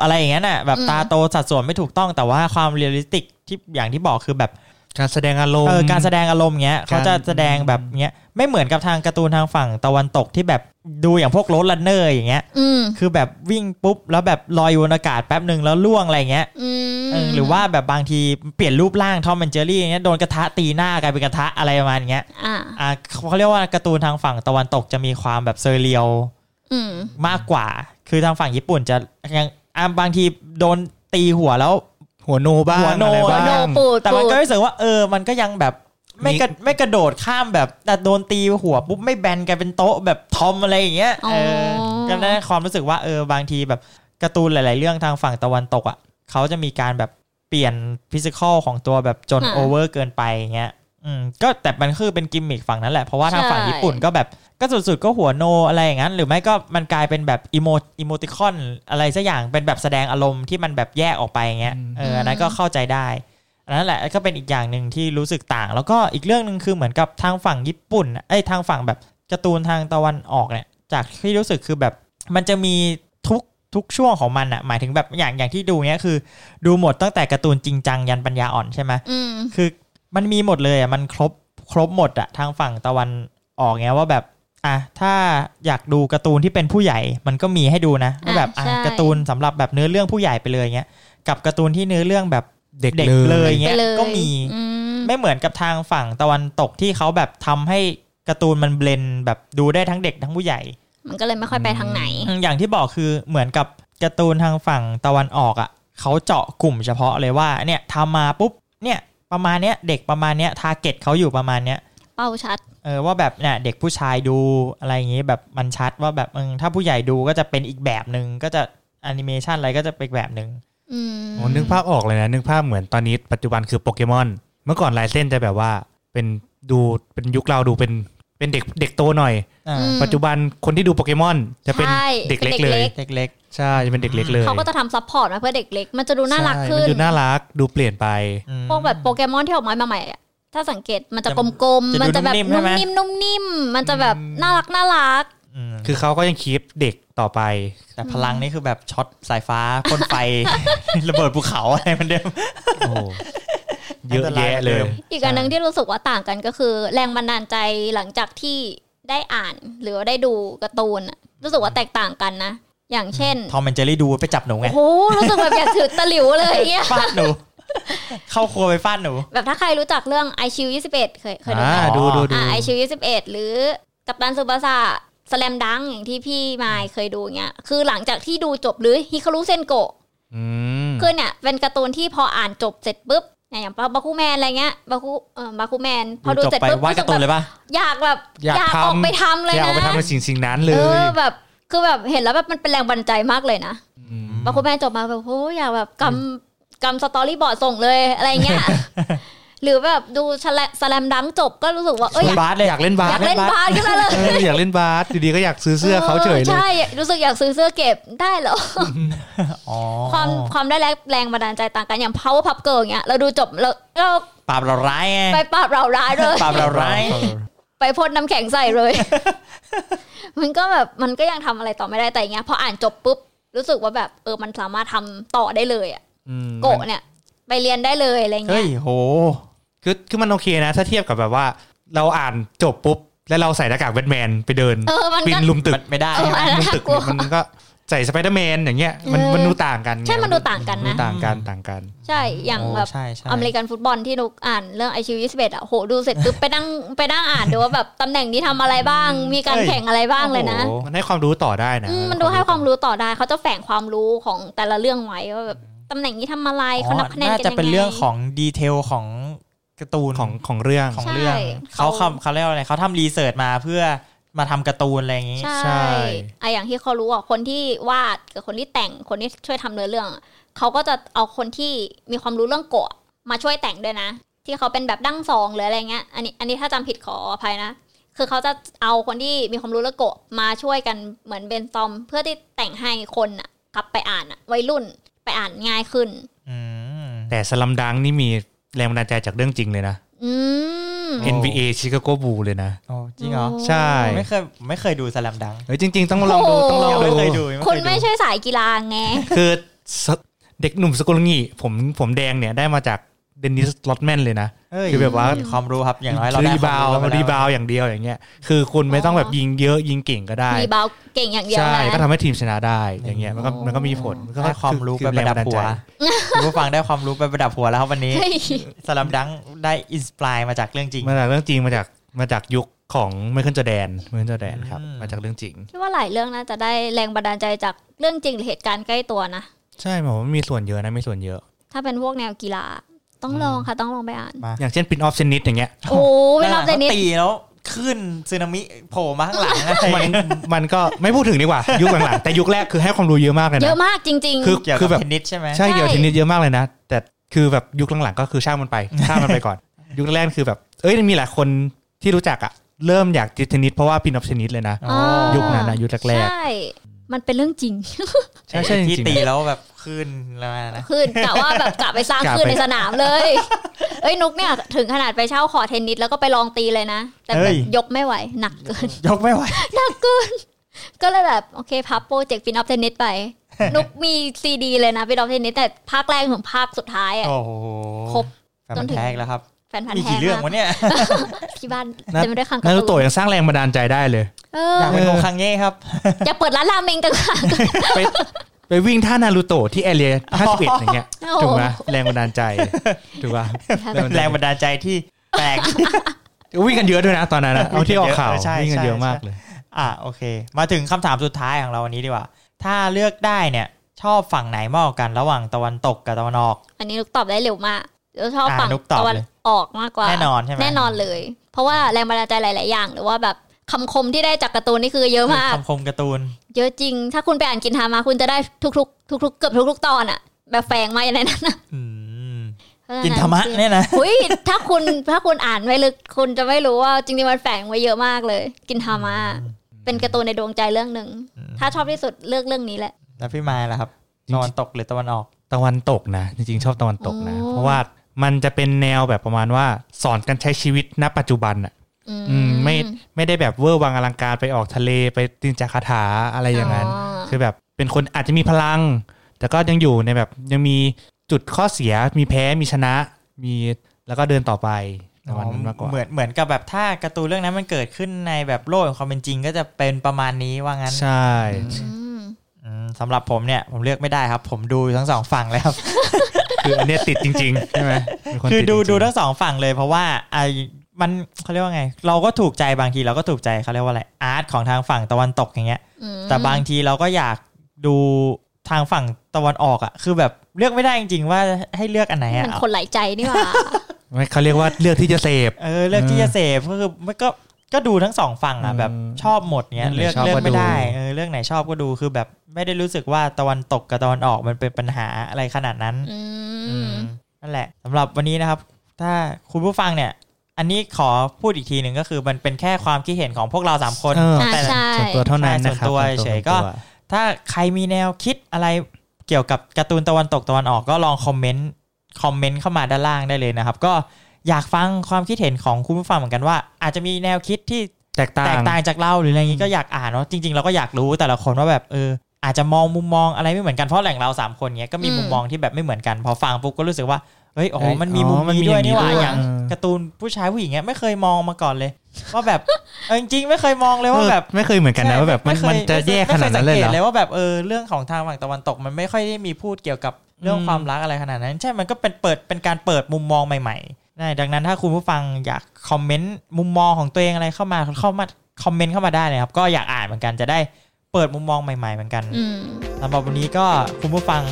[SPEAKER 2] อะไรอย่างเงี้ยน่ะแบบ
[SPEAKER 3] อืม
[SPEAKER 2] ตาโตสัดส่วนไม่ถูกต้องแต่ว่าความเรียลลิสติกที่อย่างที่บอกคือแบบ
[SPEAKER 4] การแสดงอารมณ์
[SPEAKER 2] เออการแสดงอารมณ์เงี้ยเขาจะแสดงแบบเงี้ยไม่เหมือนกับทางการ์ตูนทางฝั่งตะวันตกที่แบบดูอย่างพวกโรดลันเนอร์อย่างเงี้ย
[SPEAKER 3] อืม
[SPEAKER 2] คือแบบวิ่งปุ๊บ แล้วแบบลอยอยู่บนอากาศแป๊บหนึ่งแล้วล่วงอะไรเงี้ย
[SPEAKER 3] อืม
[SPEAKER 2] เออหรือว่าแบบบางทีเปลี่ยนรูปร่างทอมแอนเจอรี่อย่างเงี้ยโดนกระทะตีหน้ากลายเป็นกระทะอะไรประมาณเงี้ย
[SPEAKER 3] อ่า
[SPEAKER 2] อ่าเขาเรียกว่าการ์ตูนทางฝั่งตะวันตกจะมีความแบบเซเรียล
[SPEAKER 3] อืม
[SPEAKER 2] มากกว่า คือทางฝั่งญี่ปุ่นจะยังอ่ะบางทีโดนตีหัวแล้ว
[SPEAKER 4] หัวโนบ้าง
[SPEAKER 2] หัวโน
[SPEAKER 4] อะไร
[SPEAKER 3] หัว
[SPEAKER 4] บ้าง
[SPEAKER 3] โนปูด
[SPEAKER 2] แต่มัน
[SPEAKER 3] ปูด
[SPEAKER 2] ก็รู้สึกว่าเออ มันก็ยังแบบไม่กระไม่กระโดดข้ามแบบแต่โดนตีหัวปุ๊บไม่แบนกลายเป็นโต๊ะแบบทอมอะไรอย่างเงี้ย
[SPEAKER 3] อ๋อ
[SPEAKER 2] เออก็นั่นความรู้สึกว่าเออบางทีแบบการ์ตูนหลาย ๆ เรื่องทางฝั่งตะวันตกอ่ะเขาจะมีการแบบเปลี่ยนฟิสิกอลของตัวแบบจน
[SPEAKER 3] ค่ะ
[SPEAKER 2] โอเวอร์เกินไปอย่างเงี้ยอืมก็แต่มันคือเป็นกิมมิคฝั่งนั้นแหละเพราะว่าทางฝั่ง
[SPEAKER 3] ใช่
[SPEAKER 2] ญี่ปุ่นก็แบบก็สุด ๆ ก็หัวโนอะไรอย่างนั้น หรือไม่ก็มันกลายเป็นแบบอิโมอิโมติคอนอะไรสักอย่างเป็นแบบแสดงอารมณ์ที่มันแบบแยกออกไปอย่างเงี้ย
[SPEAKER 4] อืม
[SPEAKER 2] เอออันนั้นก็เข้าใจได้ อันนั้นแหละก็เป็นอีกอย่างหนึ่งที่รู้สึกต่าง แล้วก็อีกเรื่องหนึ่งคือเหมือนกับทางฝั่งญี่ปุ่นไอ้ยทางฝั่งแบบการ์ตูนทางตะวันออกเนี่ยจากที่รู้สึกคือแบบมันจะมีทุกทุกช่วงของมันอะหมายถึงแบบอย่างอย่างที่ดูเนี้ยคือ ดูหมดตั้งแต่การ์ตูนจริงจังยันปัญญาอ่อนใช่ไหม
[SPEAKER 3] อืม
[SPEAKER 2] คือมันมีหมดเลยอะมันครบครบหมดอะทางฝั่งตะวันออกเนี้ยว่าแบบอ่ะถ้าอยากดูการ์ตูนที่เป็นผู้ใหญ่มันก็มีให้ดูนะว่าแบบอ่ะ
[SPEAKER 3] อ่ะใช่
[SPEAKER 2] การ์ตูนสำหรับแบบเนื้อเรื่องผู้ใหญ่ไปเลยเงี้ยกับการ์ตูนที่เนื้อเรื่องแบบ
[SPEAKER 4] เด็ก
[SPEAKER 2] เด็กเลย
[SPEAKER 3] ไป
[SPEAKER 2] เงี้ย
[SPEAKER 3] เลย
[SPEAKER 2] ก็มี
[SPEAKER 3] อืม
[SPEAKER 2] ไม่เหมือนกับทางฝั่งตะวันตกที่เขาแบบทำให้การ์ตูนมันเบลนด์แบบดูได้ทั้งเด็กทั้งผู้ใหญ่
[SPEAKER 3] มันก็เลยไม่ค่อยไปทางไหน
[SPEAKER 2] อย่างที่บอกคือเหมือนกับการ์ตูนทางฝั่งตะวันออกอ่ะเขาเจาะกลุ่มเฉพาะเลยว่าเนี่ยทำมาปุ๊บเนี่ยประมาณเนี้ยเด็กประมาณเนี้ยทาร์เก็ตเขาอยู่ประมาณเนี้ย
[SPEAKER 3] เป้าชัด
[SPEAKER 2] เออว่าแบบเนี่ยเด็กผู้ชายดูอะไรอย่างงี้แบบมันชัดว่าแบบเออถ้าผู้ใหญ่ดูก็จะเป็นอีกแบบหนึ่งก็จะแอนิเมชันอะไรก็จะเป็นอีกแบบหนึ่ง
[SPEAKER 3] อืม
[SPEAKER 4] โอ้นึกภาพออกเลยนะ นึกภาพเหมือนตอนนี้ปัจจุบันคือโปเกมอน เมื่อก่อนลายเส้นจะแบบว่า เป็นดูเป็นยุคเราดูเป็นเป็นเด็กเด็กโตหน่อย
[SPEAKER 2] อ่า
[SPEAKER 3] อืม
[SPEAKER 4] ปัจจุบันคนที่ดูโปเกมอนจะเป็น
[SPEAKER 3] ใช่
[SPEAKER 4] เด็กเล็ก
[SPEAKER 3] เป็น
[SPEAKER 4] เล
[SPEAKER 3] เด็กเล็ก
[SPEAKER 4] ย
[SPEAKER 2] เด็กเล็ก
[SPEAKER 4] ใช่จะเป็นเด็กเล็กเลย
[SPEAKER 3] เขาก็จะทำซัพพอร์ตมาเพื่อเด็กเล็ก มันจะดูน่ารัก
[SPEAKER 4] ใช่
[SPEAKER 3] ขึ้น
[SPEAKER 4] มัดูน่ารักดูเปลี่ยนไป
[SPEAKER 3] พวกแบบโปเกมอนที่ออกมาใหม่ๆอะถ้าสังเกตมันจะกลม
[SPEAKER 2] จะ
[SPEAKER 3] ๆ
[SPEAKER 2] ดู
[SPEAKER 3] มันจะแบบ
[SPEAKER 2] นุ่มๆใช่
[SPEAKER 3] นุ่ม
[SPEAKER 2] ไหม
[SPEAKER 3] นิ่มนุ่มนิ่ม มันจะแบบน่ารักน่ารัก
[SPEAKER 2] อื อืม
[SPEAKER 4] คือเขาก็ยังคีปเด็กต่อไป
[SPEAKER 2] แต่พลังนี่คือแบบช็อตสายฟ้าพ่น ไฟ ระเบิดภูเขาอะไรเหมันเดิม
[SPEAKER 4] โอ้โหเยอะแยะเลย
[SPEAKER 3] อีกอันหนึ่งที่รู้สึกว่าต่างกันก็คือ แรงบันดาลใจหลังจากที่ได้อ่านหรือว่าได้ดูการ์ตูนอะรู้สึกว่าแตกต่างกันนะ อย่างเช่น
[SPEAKER 2] ทอมแอนเจอรี่ดูไปจับหนูไง
[SPEAKER 3] โอ้โหรู้สึกแบบอยากถือตะหลิวเลยเนี่ย
[SPEAKER 2] ฟาดหนู เข้าครัวไปฟาดหนู
[SPEAKER 3] แบบถ้าใครรู้จักเรื่องไอชิวยี่สิบเอ็ดเคยเคยดูไหม
[SPEAKER 4] อ่าดูดูดู
[SPEAKER 3] อ่าไอชิวยี่สิบเอ็ดหรือกัปตันซูบาสะสแลมดังอย่างที่พี่มายเคยดูเงี้ยคือหลังจากที่ดูจบหรือฮิคารุเซนโกะ
[SPEAKER 4] อืม
[SPEAKER 3] คือเนี่ยเป็นการ์ตูนที่พออ่านจบเสร็จปุ๊บเนี่ยอย่างบาคูแมนอะไรเงี้ยบาคูเอ่อบาคูแมนพอดู
[SPEAKER 2] จบ
[SPEAKER 3] เสร็จ
[SPEAKER 2] ไป
[SPEAKER 3] ปุ๊บ
[SPEAKER 2] วาด
[SPEAKER 3] รู้
[SPEAKER 2] กา
[SPEAKER 3] สึ
[SPEAKER 2] ร์ตูน
[SPEAKER 3] ก
[SPEAKER 2] เลย
[SPEAKER 3] แบบ
[SPEAKER 2] ป่ะ
[SPEAKER 3] อยากแบบ
[SPEAKER 4] อยาก
[SPEAKER 3] ออก
[SPEAKER 4] ทำ
[SPEAKER 3] ไปทำเลย
[SPEAKER 4] อยากออกไป
[SPEAKER 3] นะ
[SPEAKER 4] ทำในสิ่งสิ่งนั้นเล
[SPEAKER 3] เอย อแบบคือแบบเห็นแล้วแบบมันเป็นแรงบันดาลใจมากเลยนะ
[SPEAKER 4] ม
[SPEAKER 3] บาคูแมนจบมาแบบโอ้ยอยากแบบกำกำสตอรี่บอร์ดส่งเลยอะไรเงี้ย หรือแบบดูสแลมดังจบก็รู้สึกว่าเอออยาก
[SPEAKER 2] บาสเลย
[SPEAKER 4] อยากเล่นบา
[SPEAKER 3] อยา
[SPEAKER 4] ส
[SPEAKER 3] กเล่นบาสขึ้นมาเลย
[SPEAKER 4] เอออยากเล่นบาสอยู่ดีก็อยากซื้อเสื้อเขาเฉยเลย
[SPEAKER 3] ใช่ รู้สึกอยากซื้อเสื้อเก็บได้ เหรอ
[SPEAKER 2] อ๋อ
[SPEAKER 3] ความความได้แรงแรงบันดาลใจต่างกันอย่าง power pop girl อย่างเงี้ยเราดูจบเราเรา
[SPEAKER 2] ปราบเราร้ายไง
[SPEAKER 3] ไปปราบเราร้ายเลย
[SPEAKER 2] ปราบเราร้าย
[SPEAKER 3] ไปพ่นน้ำแข็งใส่เลย มันก็แบบมันก็ยังทำอะไรต่อไม่ได้แต่อย่างเงี้ยพออ่านจบปุ๊บ รู้สึกว่าแบบเออมันสามารถทำต่อได้เลยอะ
[SPEAKER 4] อืม
[SPEAKER 3] โกะเนี่ย ไปเรียนได้เลยอะไร
[SPEAKER 2] เฮ้
[SPEAKER 3] เงี้
[SPEAKER 2] ย
[SPEAKER 3] ย
[SPEAKER 2] โห
[SPEAKER 4] คือคือมันโอเคนะ ถ้าเทียบกับแบบว่า เราอ่านจบปุ๊บ แล้วเราใส่หน้ากากแบทแมนไปเดิน
[SPEAKER 3] เออมัน
[SPEAKER 4] ปี
[SPEAKER 3] ก็
[SPEAKER 4] นลุมตึก
[SPEAKER 2] ไม่ได้
[SPEAKER 3] เออ
[SPEAKER 4] ลุมตึก
[SPEAKER 3] กลัว
[SPEAKER 4] เนี่ยมันก็ใส่สไปเดอร์แมนอย่างเงี้ยมัน
[SPEAKER 3] เออ
[SPEAKER 4] มันดูต่างกันไง
[SPEAKER 3] ใช่มันดูต่างกันนะ
[SPEAKER 4] ดูต่างกันต่างกัน
[SPEAKER 3] ใช่อย่างแบบ
[SPEAKER 2] โใช่ใช่
[SPEAKER 3] อเมริกันฟุตบอลที่นุกอ่านเรื่องไอชีวิสเบตอ่ะโหดูเสร็จปุ๊บ ไปนั่งไปนั่งอ่านดูว่าแบบตำแหน่งนี้ทำอะไรบ้าง มีการแข่งอะไรบ้างเลยนะ
[SPEAKER 2] โอ้โห
[SPEAKER 4] มันให้ความรู้ต่อได้นะ
[SPEAKER 3] อืมมันดูให้ความรู้ต่อได้เขาจะแฝงความรู้ของแต่ละเรื่องไว้ว่าแบบตำแหน่งนี้ทำอะไรเขานับคะแนน
[SPEAKER 2] น่า
[SPEAKER 3] กันยังไง
[SPEAKER 2] จะเป็นเรื่องของดีเทลของการ์ตูน
[SPEAKER 4] ของของเรื่อง
[SPEAKER 2] ของ
[SPEAKER 3] ใช่
[SPEAKER 2] เรื่อง เขา
[SPEAKER 3] เขา
[SPEAKER 2] คำเขาเรียกว่าอะไรเขาทำรีเสิร์ชมาเพื่อมาทำการ์ตูนอะไรอย่างนี้
[SPEAKER 3] ใช
[SPEAKER 4] ใช่
[SPEAKER 3] ่ไอะอย่างที่เขารู้อ่ะคนที่วาดกับคนที่แต่งคนที่ช่วยทำเนื้อเรื่องอะเขาก็จะเอาคนที่มีความรู้เรื่องโกะมาช่วยแต่งด้วยนะ ที่เขาเป็นแบบดั้งสองหรืออะไรเงี้ยอันนี้อันนี้ถ้าจำผิดขออภัยนะ คือเขาจะเอาคนที่มีความรู้เรื่องโกะมาช่วยกันเหมือนเบนซอม เพื่อที่แต่งให้คนอ่ะกลับไปอ่านอะวัยรุ่นไปอ่านง่ายขึ้น
[SPEAKER 2] อืม
[SPEAKER 4] แต่สลัมดังนี่มีแรงบันดาลใจจากเรื่องจริงเลยนะ
[SPEAKER 3] อืม
[SPEAKER 2] โอ้
[SPEAKER 4] NBA ชิคาโกบูเลยนะ
[SPEAKER 2] โอ้จริงเหรอ
[SPEAKER 4] ใช่
[SPEAKER 2] ไม่เคยไม่เคยดูสลัมดัง
[SPEAKER 4] เฮ้ยจริง ๆ ต้องลองดูต้องลอง
[SPEAKER 2] ไม่
[SPEAKER 4] ดู
[SPEAKER 2] เคยดู
[SPEAKER 3] คุณ
[SPEAKER 2] เย
[SPEAKER 3] ไม่
[SPEAKER 2] ดู
[SPEAKER 3] ใช่สายกีฬาไง
[SPEAKER 4] คือสเด็กหนุ่มสกุลงีผมผมแดงเนี่ยได้มาจากเดนิสลอตแมนเลยนะ
[SPEAKER 2] เฮ้ย
[SPEAKER 4] คือแบบว่า
[SPEAKER 2] ความรู้ครับอย่างน้อยเราได้
[SPEAKER 4] รีบาว
[SPEAKER 2] คมแล้
[SPEAKER 4] รีบาวอย่างเดียวอย่างเงี้ย คือคุณไม่ต้องแบบยิงเยอะยิงเก่งก็ได้
[SPEAKER 3] มีบาวเก่งอย่างเดียว
[SPEAKER 4] ใช่
[SPEAKER 3] นะ
[SPEAKER 4] ก็ทำให้ทีมชนะได้อย่างเงี้ยมันก็มันก็มีผลก็
[SPEAKER 2] ได้ความรู้ไประดับหัวคุณผู้ฟังได้ความรู้ไประดับหัวแล้วครับวันนี้ สลัมดังได้อินสปายมาจากเรื่องจริง
[SPEAKER 4] มาจากเรื่องจริงมาจากมาจากยุคของไมเคิลจอแดนไมเคิลจอแดนครับ
[SPEAKER 2] อืม
[SPEAKER 4] มาจากเรื่องจริง
[SPEAKER 3] คิดว่าหลายเรื่องน่าจะได้แรงบันดาลใจจากเรื่องจริงหรือเหตุการณ์ใกล้ตัวนะ
[SPEAKER 4] ใช่ผมว่ามีส่วนเยอะนะมีส่วนเยอะ
[SPEAKER 3] ถ้าเป็นพวกแนวกีฬา ต้องลองค่ะ ต้องลองไปอ่าน
[SPEAKER 2] มา
[SPEAKER 4] อย่างเช่นปินออฟเซนนิสอย่างเงี้ย
[SPEAKER 3] โอ้เวลาเด
[SPEAKER 2] ห
[SPEAKER 3] นิ
[SPEAKER 2] ง
[SPEAKER 3] ส
[SPEAKER 2] ตีแล้วขึ้นซึนามิโผล่มาข้างหลังอะไร
[SPEAKER 4] มันมันก็ไม่พูดถึงดีกว่า ยุคหลังๆแต่ยุคแรกคือให้ความรู้เยอะมากเลย
[SPEAKER 3] เย
[SPEAKER 4] นะ
[SPEAKER 3] อะมากจริง
[SPEAKER 4] คือ
[SPEAKER 2] เกี่ยว
[SPEAKER 4] คื
[SPEAKER 2] กับ
[SPEAKER 4] แบบ
[SPEAKER 2] เทนนิสใช่ไหม
[SPEAKER 4] ใช่
[SPEAKER 3] ใช่
[SPEAKER 4] เกี่ยวกับเทนนิสเยอะมากเลยนะ แต่คือแบบยุคหลังๆก็คือช่างมันไป ช่างมันไปก่อน ยุคแรกๆคือแบบ เอ้ยมีหลายคนที่รู้จักอะเริ่มอยากติดเทนนิสเพราะว่าปินออฟเทนนิสเลยนะ
[SPEAKER 3] อ๋อ
[SPEAKER 4] ยุคนั้นนะยุค
[SPEAKER 3] ๆ
[SPEAKER 4] แรก
[SPEAKER 3] ใช่ มันเป็นเรื่องจริง
[SPEAKER 4] ๆใช่ใช่จ
[SPEAKER 2] ที่
[SPEAKER 4] ริง
[SPEAKER 2] ตี
[SPEAKER 4] ๆนะ
[SPEAKER 2] แล้วแบบขึ้นแล้วนะ
[SPEAKER 3] คืนกะว่าแบบกะไปสร้าง
[SPEAKER 4] กะไป
[SPEAKER 3] คืนในสนามเลย เอ้ยนุกเนี่ยถึงขนาดไปเช่าคอร์ตเทนนิสแล้วก็ไปลองตีเลยนะ แต่
[SPEAKER 2] เอ้
[SPEAKER 3] แบบ
[SPEAKER 2] ย
[SPEAKER 3] ยกไม่ไหว หนักเกิน
[SPEAKER 2] ยกไม่ไหว
[SPEAKER 3] ก็เลยแบบ โอเค พับโปรเจกต์ฟินออฟเทนนิสไป นุกมีซีดีเลยนะฟินออฟเทนนิสแต่ภาคแรกถึงภาคสุดท้ายอ่ะ
[SPEAKER 2] โอ้โห
[SPEAKER 3] ครบ
[SPEAKER 2] แฟนพันธุ์
[SPEAKER 3] จนถึง
[SPEAKER 2] แท้อีกแล้วครับ
[SPEAKER 3] แฟนพัน
[SPEAKER 2] มี
[SPEAKER 3] ธุ์แท้
[SPEAKER 2] กี่เรื่อง
[SPEAKER 3] มาก
[SPEAKER 2] วะเนี่ย
[SPEAKER 3] ที่บ้าน
[SPEAKER 4] นะ
[SPEAKER 3] เต็มไปด้วยคังกระ
[SPEAKER 4] นารู
[SPEAKER 3] ตู
[SPEAKER 4] โตะ
[SPEAKER 3] น
[SPEAKER 4] ยังสร้างแรงบันดาลใจได้เลย
[SPEAKER 3] เอ
[SPEAKER 2] อ
[SPEAKER 3] อ
[SPEAKER 2] ยากเป็นโอคังเง่ครับ
[SPEAKER 3] อยากเปิดร้านราเมงต่างหาก
[SPEAKER 4] ไปไปวิ่งท่านารูโตะที่แอเรีย51อย่างเงี้ย
[SPEAKER 3] โอ้โห
[SPEAKER 4] ถูกไหมแรงบันดาลใจถูกป่ะ
[SPEAKER 2] แรงบันดาลใจที่แปลก
[SPEAKER 4] วิ่งกันเยอะด้วยนะตอนนั้นนะเอาที่ออกข่าว
[SPEAKER 2] เยอะใช่
[SPEAKER 4] วิ่งกันเยอะ
[SPEAKER 2] ใช่
[SPEAKER 4] มากเลย
[SPEAKER 2] อ่ะโอเค มาถึงคำถามสุดท้ายของเราวันนี้ดีกว่า ถ้าเลือกได้เนี่ย ชอบฝั่งไหนมากกว่ากันระหว่างตะวันตกกับตะวันออก
[SPEAKER 3] อันนี้นุกตอบได้เร็วมากเราชอบ
[SPEAKER 2] อ่า
[SPEAKER 3] ฝั่ง
[SPEAKER 2] นุ๊กตอบ
[SPEAKER 3] ตะวัน
[SPEAKER 2] เลย
[SPEAKER 3] ออกมากกว่า
[SPEAKER 2] แน่นอนใช่ไหม
[SPEAKER 3] แน่นอนเลย เพราะว่าแรงบันดาลใจหลาย ๆ อย่าง หรือว่าแบบคำคมที่ได้จากการ์ตูนนี่คือเยอะมาก
[SPEAKER 2] คำคมการ์ตูน
[SPEAKER 3] เยอะจริง ถ้าคุณไปอ่านกินทามาคุณจะได้ทุก ๆ ทุก ๆ เกือบทุก ๆ ตอนอะแบบแฝงมาอย่างในนั้นอะ
[SPEAKER 2] อืม
[SPEAKER 3] เพราฉ
[SPEAKER 2] กินธรรมะเนี่ยนะ
[SPEAKER 3] อุ้ยถ้าคุณถ้าคุณอ่านไม่ลึกคุณจะไม่รู้ว่าจริง ๆ มันแฝงไว้เยอะมากเลย กินทามาเป็นการ์ตูนในดวงใจเรื่องหนึ่ง
[SPEAKER 2] อืม
[SPEAKER 3] ถ้าชอบที่สุดเลือกเรื่องนี้แหละ
[SPEAKER 2] แล้วพี่มายล่ะครับ
[SPEAKER 4] จริงๆ
[SPEAKER 2] ตะวันตกหรือตะวันออก
[SPEAKER 4] ตะวันตกนะ จริงๆ ชอบตะวันตกนะ
[SPEAKER 3] อ๋อ
[SPEAKER 4] เพราะว่ามันจะเป็นแนวแบบประมาณว่า สอนการใช้ชีวิตณปัจจุบันอะ อืมไม่ไม่ได้แบบเวอร์วังอลังการไปออกทะเลไปตินจาคาถาอะไรอย่างนั้น
[SPEAKER 3] อ๋อ
[SPEAKER 4] คือแบบเป็นคนอาจจะมีพลัง แต่ก็ยังอยู่ในแบบยังมีจุดข้อเสียมีแพ้มีชนะ มีแล้วก็เดินต่อไปประมาณนั้นมากกว่า
[SPEAKER 2] เหมือนเหมือนกับแบบถ้าการ์ตูนเรื่องนั้นมันเกิดขึ้นในแบบโลกของความเป็นจริง ก็จะเป็นประมาณนี้ว่างั้น
[SPEAKER 4] ใช่
[SPEAKER 3] อืม
[SPEAKER 2] อืมสำหรับผมเนี่ยผมเลือกไม่ได้ครับ ผมดูทั้งสองฝั่งเลยครับ
[SPEAKER 4] คืออันเนี้ยติดจริงๆใช่ไหมเป็นน
[SPEAKER 2] คือ
[SPEAKER 4] ติ
[SPEAKER 2] ดู
[SPEAKER 4] จริงๆ
[SPEAKER 2] ดูทั้งสองฝั่งเลยเพราะว่าไอ้มันเขาเรียกว่าไง เราก็ถูกใจบางทีเราก็ถูกใจเขาเรียกว่าอะไรอาร์ตของทางฝั่งตะวันตกอย่างเงี้ย
[SPEAKER 3] อืม
[SPEAKER 2] แต่บางทีเราก็อยากดูทางฝั่งตะวันออกอ่ะคือแบบเลือกไม่ได้จริงๆว่าให้เลือกอันไหนอ่ะ
[SPEAKER 3] มันคนหลายใจนี่หว่า
[SPEAKER 4] ไม่เขาเรียกว่าเลือกที่จะเสพ
[SPEAKER 2] เออเลือกที่จะเสพก็คือมันก็ก็ดูทั้งสองฝั่งอ่ะ
[SPEAKER 4] อืม
[SPEAKER 2] แบบชอบหมดเนี้ย
[SPEAKER 4] เรื่
[SPEAKER 2] เลื
[SPEAKER 4] อ
[SPEAKER 2] อง กเลือก
[SPEAKER 4] ไหนชอบก็
[SPEAKER 2] ไม่
[SPEAKER 4] ดู
[SPEAKER 2] ได้เออเรื่องไหนชอบก็ดูคือแบบไม่ได้รู้สึกว่าตะวันตกกับตะวันออกมันเป็นปัญหาอะไรขนาดนั้น
[SPEAKER 3] อื
[SPEAKER 2] อื
[SPEAKER 3] ม
[SPEAKER 2] มนั่นแหละสำหรับวันนี้นะครับ ถ้าคุณผู้ฟังเนี่ย อันนี้ขอพูดอีกทีหนึ่งก็คือมันเป็นแค่ความคิดเห็นของพวกเราสามคน
[SPEAKER 4] เออ
[SPEAKER 3] อ่า
[SPEAKER 4] แต่
[SPEAKER 3] ใช่
[SPEAKER 4] ส่วนตัวเท่านั้น
[SPEAKER 2] ใช่
[SPEAKER 4] นะครับ
[SPEAKER 2] ส่วนตัว
[SPEAKER 4] ส่วน
[SPEAKER 2] เฉยๆก็
[SPEAKER 4] ส่วนตัว
[SPEAKER 2] ถ้าใครมีแนวคิดอะไรเกี่ยวกับการ์ตูนตะวันตกตะวันออกก็ลองคอมเมนต์คอมเมนต์เข้ามาด้านล่างได้เลยนะครับ ก็อยากฟังความคิดเห็นของคุณผู้ฟังเหมือนกันว่า อาจจะมีแนวคิดที่
[SPEAKER 4] แตกต่าง
[SPEAKER 2] แตกต่างจากเราหรืออะไรอย่างนี้ก็อยากอ่านเนาะจริง ๆ เราก็อยากรู้แต่ละคนว่าแบบเอออาจจะมองมุมมองอะไรไม่เหมือนกันเพราะแหล่งเราสามคนเนี้ยก็มี
[SPEAKER 3] อืม
[SPEAKER 2] มุมมองที่แบบไม่เหมือนกัน พอฟังปุ๊บก็รู้สึกว่าเฮ้ยโอ้โห
[SPEAKER 4] เอ้ย
[SPEAKER 2] มันมีมุม
[SPEAKER 4] อ๋อมันมี
[SPEAKER 2] นี้ด้วยนี่หว่า
[SPEAKER 4] อย่างนี้ด้วย
[SPEAKER 2] อย่างการ์ตูนผู้ชายผู้หญิงเนี้ยไม่เคยมองมาก่อนเลยว่าแบบ เออจริงๆไม่เคยมองเลยว่าแบบ
[SPEAKER 4] เออไม่เคยเหมือนกันนะว่าแบบมัน
[SPEAKER 2] ไเค
[SPEAKER 4] มันจะแย่ขนาดนั้นเลย
[SPEAKER 2] ไม่คสัง
[SPEAKER 4] เหร
[SPEAKER 2] กตเลย
[SPEAKER 4] อ
[SPEAKER 2] ว่าแบบเออเรื่องของทางฝั่งตะวันตกมันไม่ค่อยได้มีพูดเกี่ยวกับเรื่องความรักอะไรขนาดนั้น ใช่มันก็เป็นเปิดเป็นการเปิดมุมมองใหม่ๆนะดังนั้นถ้าคุณผู้ฟังอยากคอมเมนต์มุมมองของตัวเองอะไรเข้ามาเข้ามาคอมเมนต์เข้ามาได้เลยครับ ก็อยากอ่านเหมือนกันจะได้เปิดมุมมองใหม่ๆเหมือนกัน
[SPEAKER 3] อืม
[SPEAKER 2] สำหรับวันนี้ก็คุณผู้ฟัง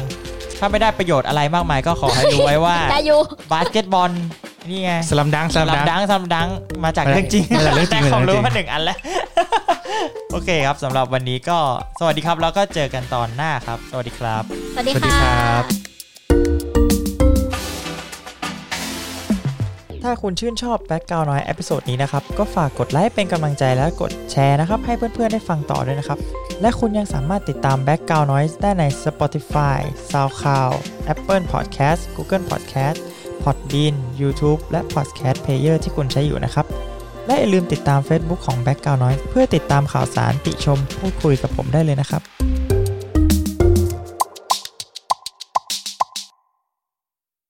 [SPEAKER 2] ถ้าไม่ได้ประโยชน์อะไรมากมายก็ขอให้รู้ไว้ว่า
[SPEAKER 3] ได้อยู่
[SPEAKER 2] บาสเกตบอลนี่ไง
[SPEAKER 4] สลัมดังก์ส
[SPEAKER 2] สลั
[SPEAKER 4] ลัม
[SPEAKER 2] ม
[SPEAKER 4] ดั
[SPEAKER 2] ดั
[SPEAKER 4] งก์
[SPEAKER 2] งสลัมดังมาจากเรื่องจริง
[SPEAKER 4] มาจากเรื่องจริง
[SPEAKER 2] แต่ของรู้
[SPEAKER 4] มา
[SPEAKER 2] มา
[SPEAKER 4] จาก
[SPEAKER 2] ห
[SPEAKER 4] เรื่องจริง
[SPEAKER 2] นึ่งอันแล้ว โอเคครับสำหรับวันนี้ก็สวัสดีครับ แล้วก็เจอกันตอนหน้าครับ สวัสดีครับ
[SPEAKER 3] สวัสดี
[SPEAKER 4] สวัสดี
[SPEAKER 3] ค่ะ
[SPEAKER 4] ครับ
[SPEAKER 2] ถ้าคุณชื่นชอบแบ็กกราวน้อยเอพิโซดนี้นะครับ ก็ฝากกดไลค์เป็นกำลังใจและกดแชร์นะครับ ให้เพื่อนๆได้ฟังต่อด้วยนะครับ และคุณยังสามารถติดตามแบ็กกราวน้อยได้ใน Spotify, SoundCloud, Apple Podcast, Google Podcast, Podbean, YouTube และ Podcast Player ที่คุณใช้อยู่นะครับ และอย่าลืมติดตาม Facebook ของ b a c k g r o u n d Noise เพื่อติดตามข่าวสารติชมพูดคุยกับผมได้เลยนะครับ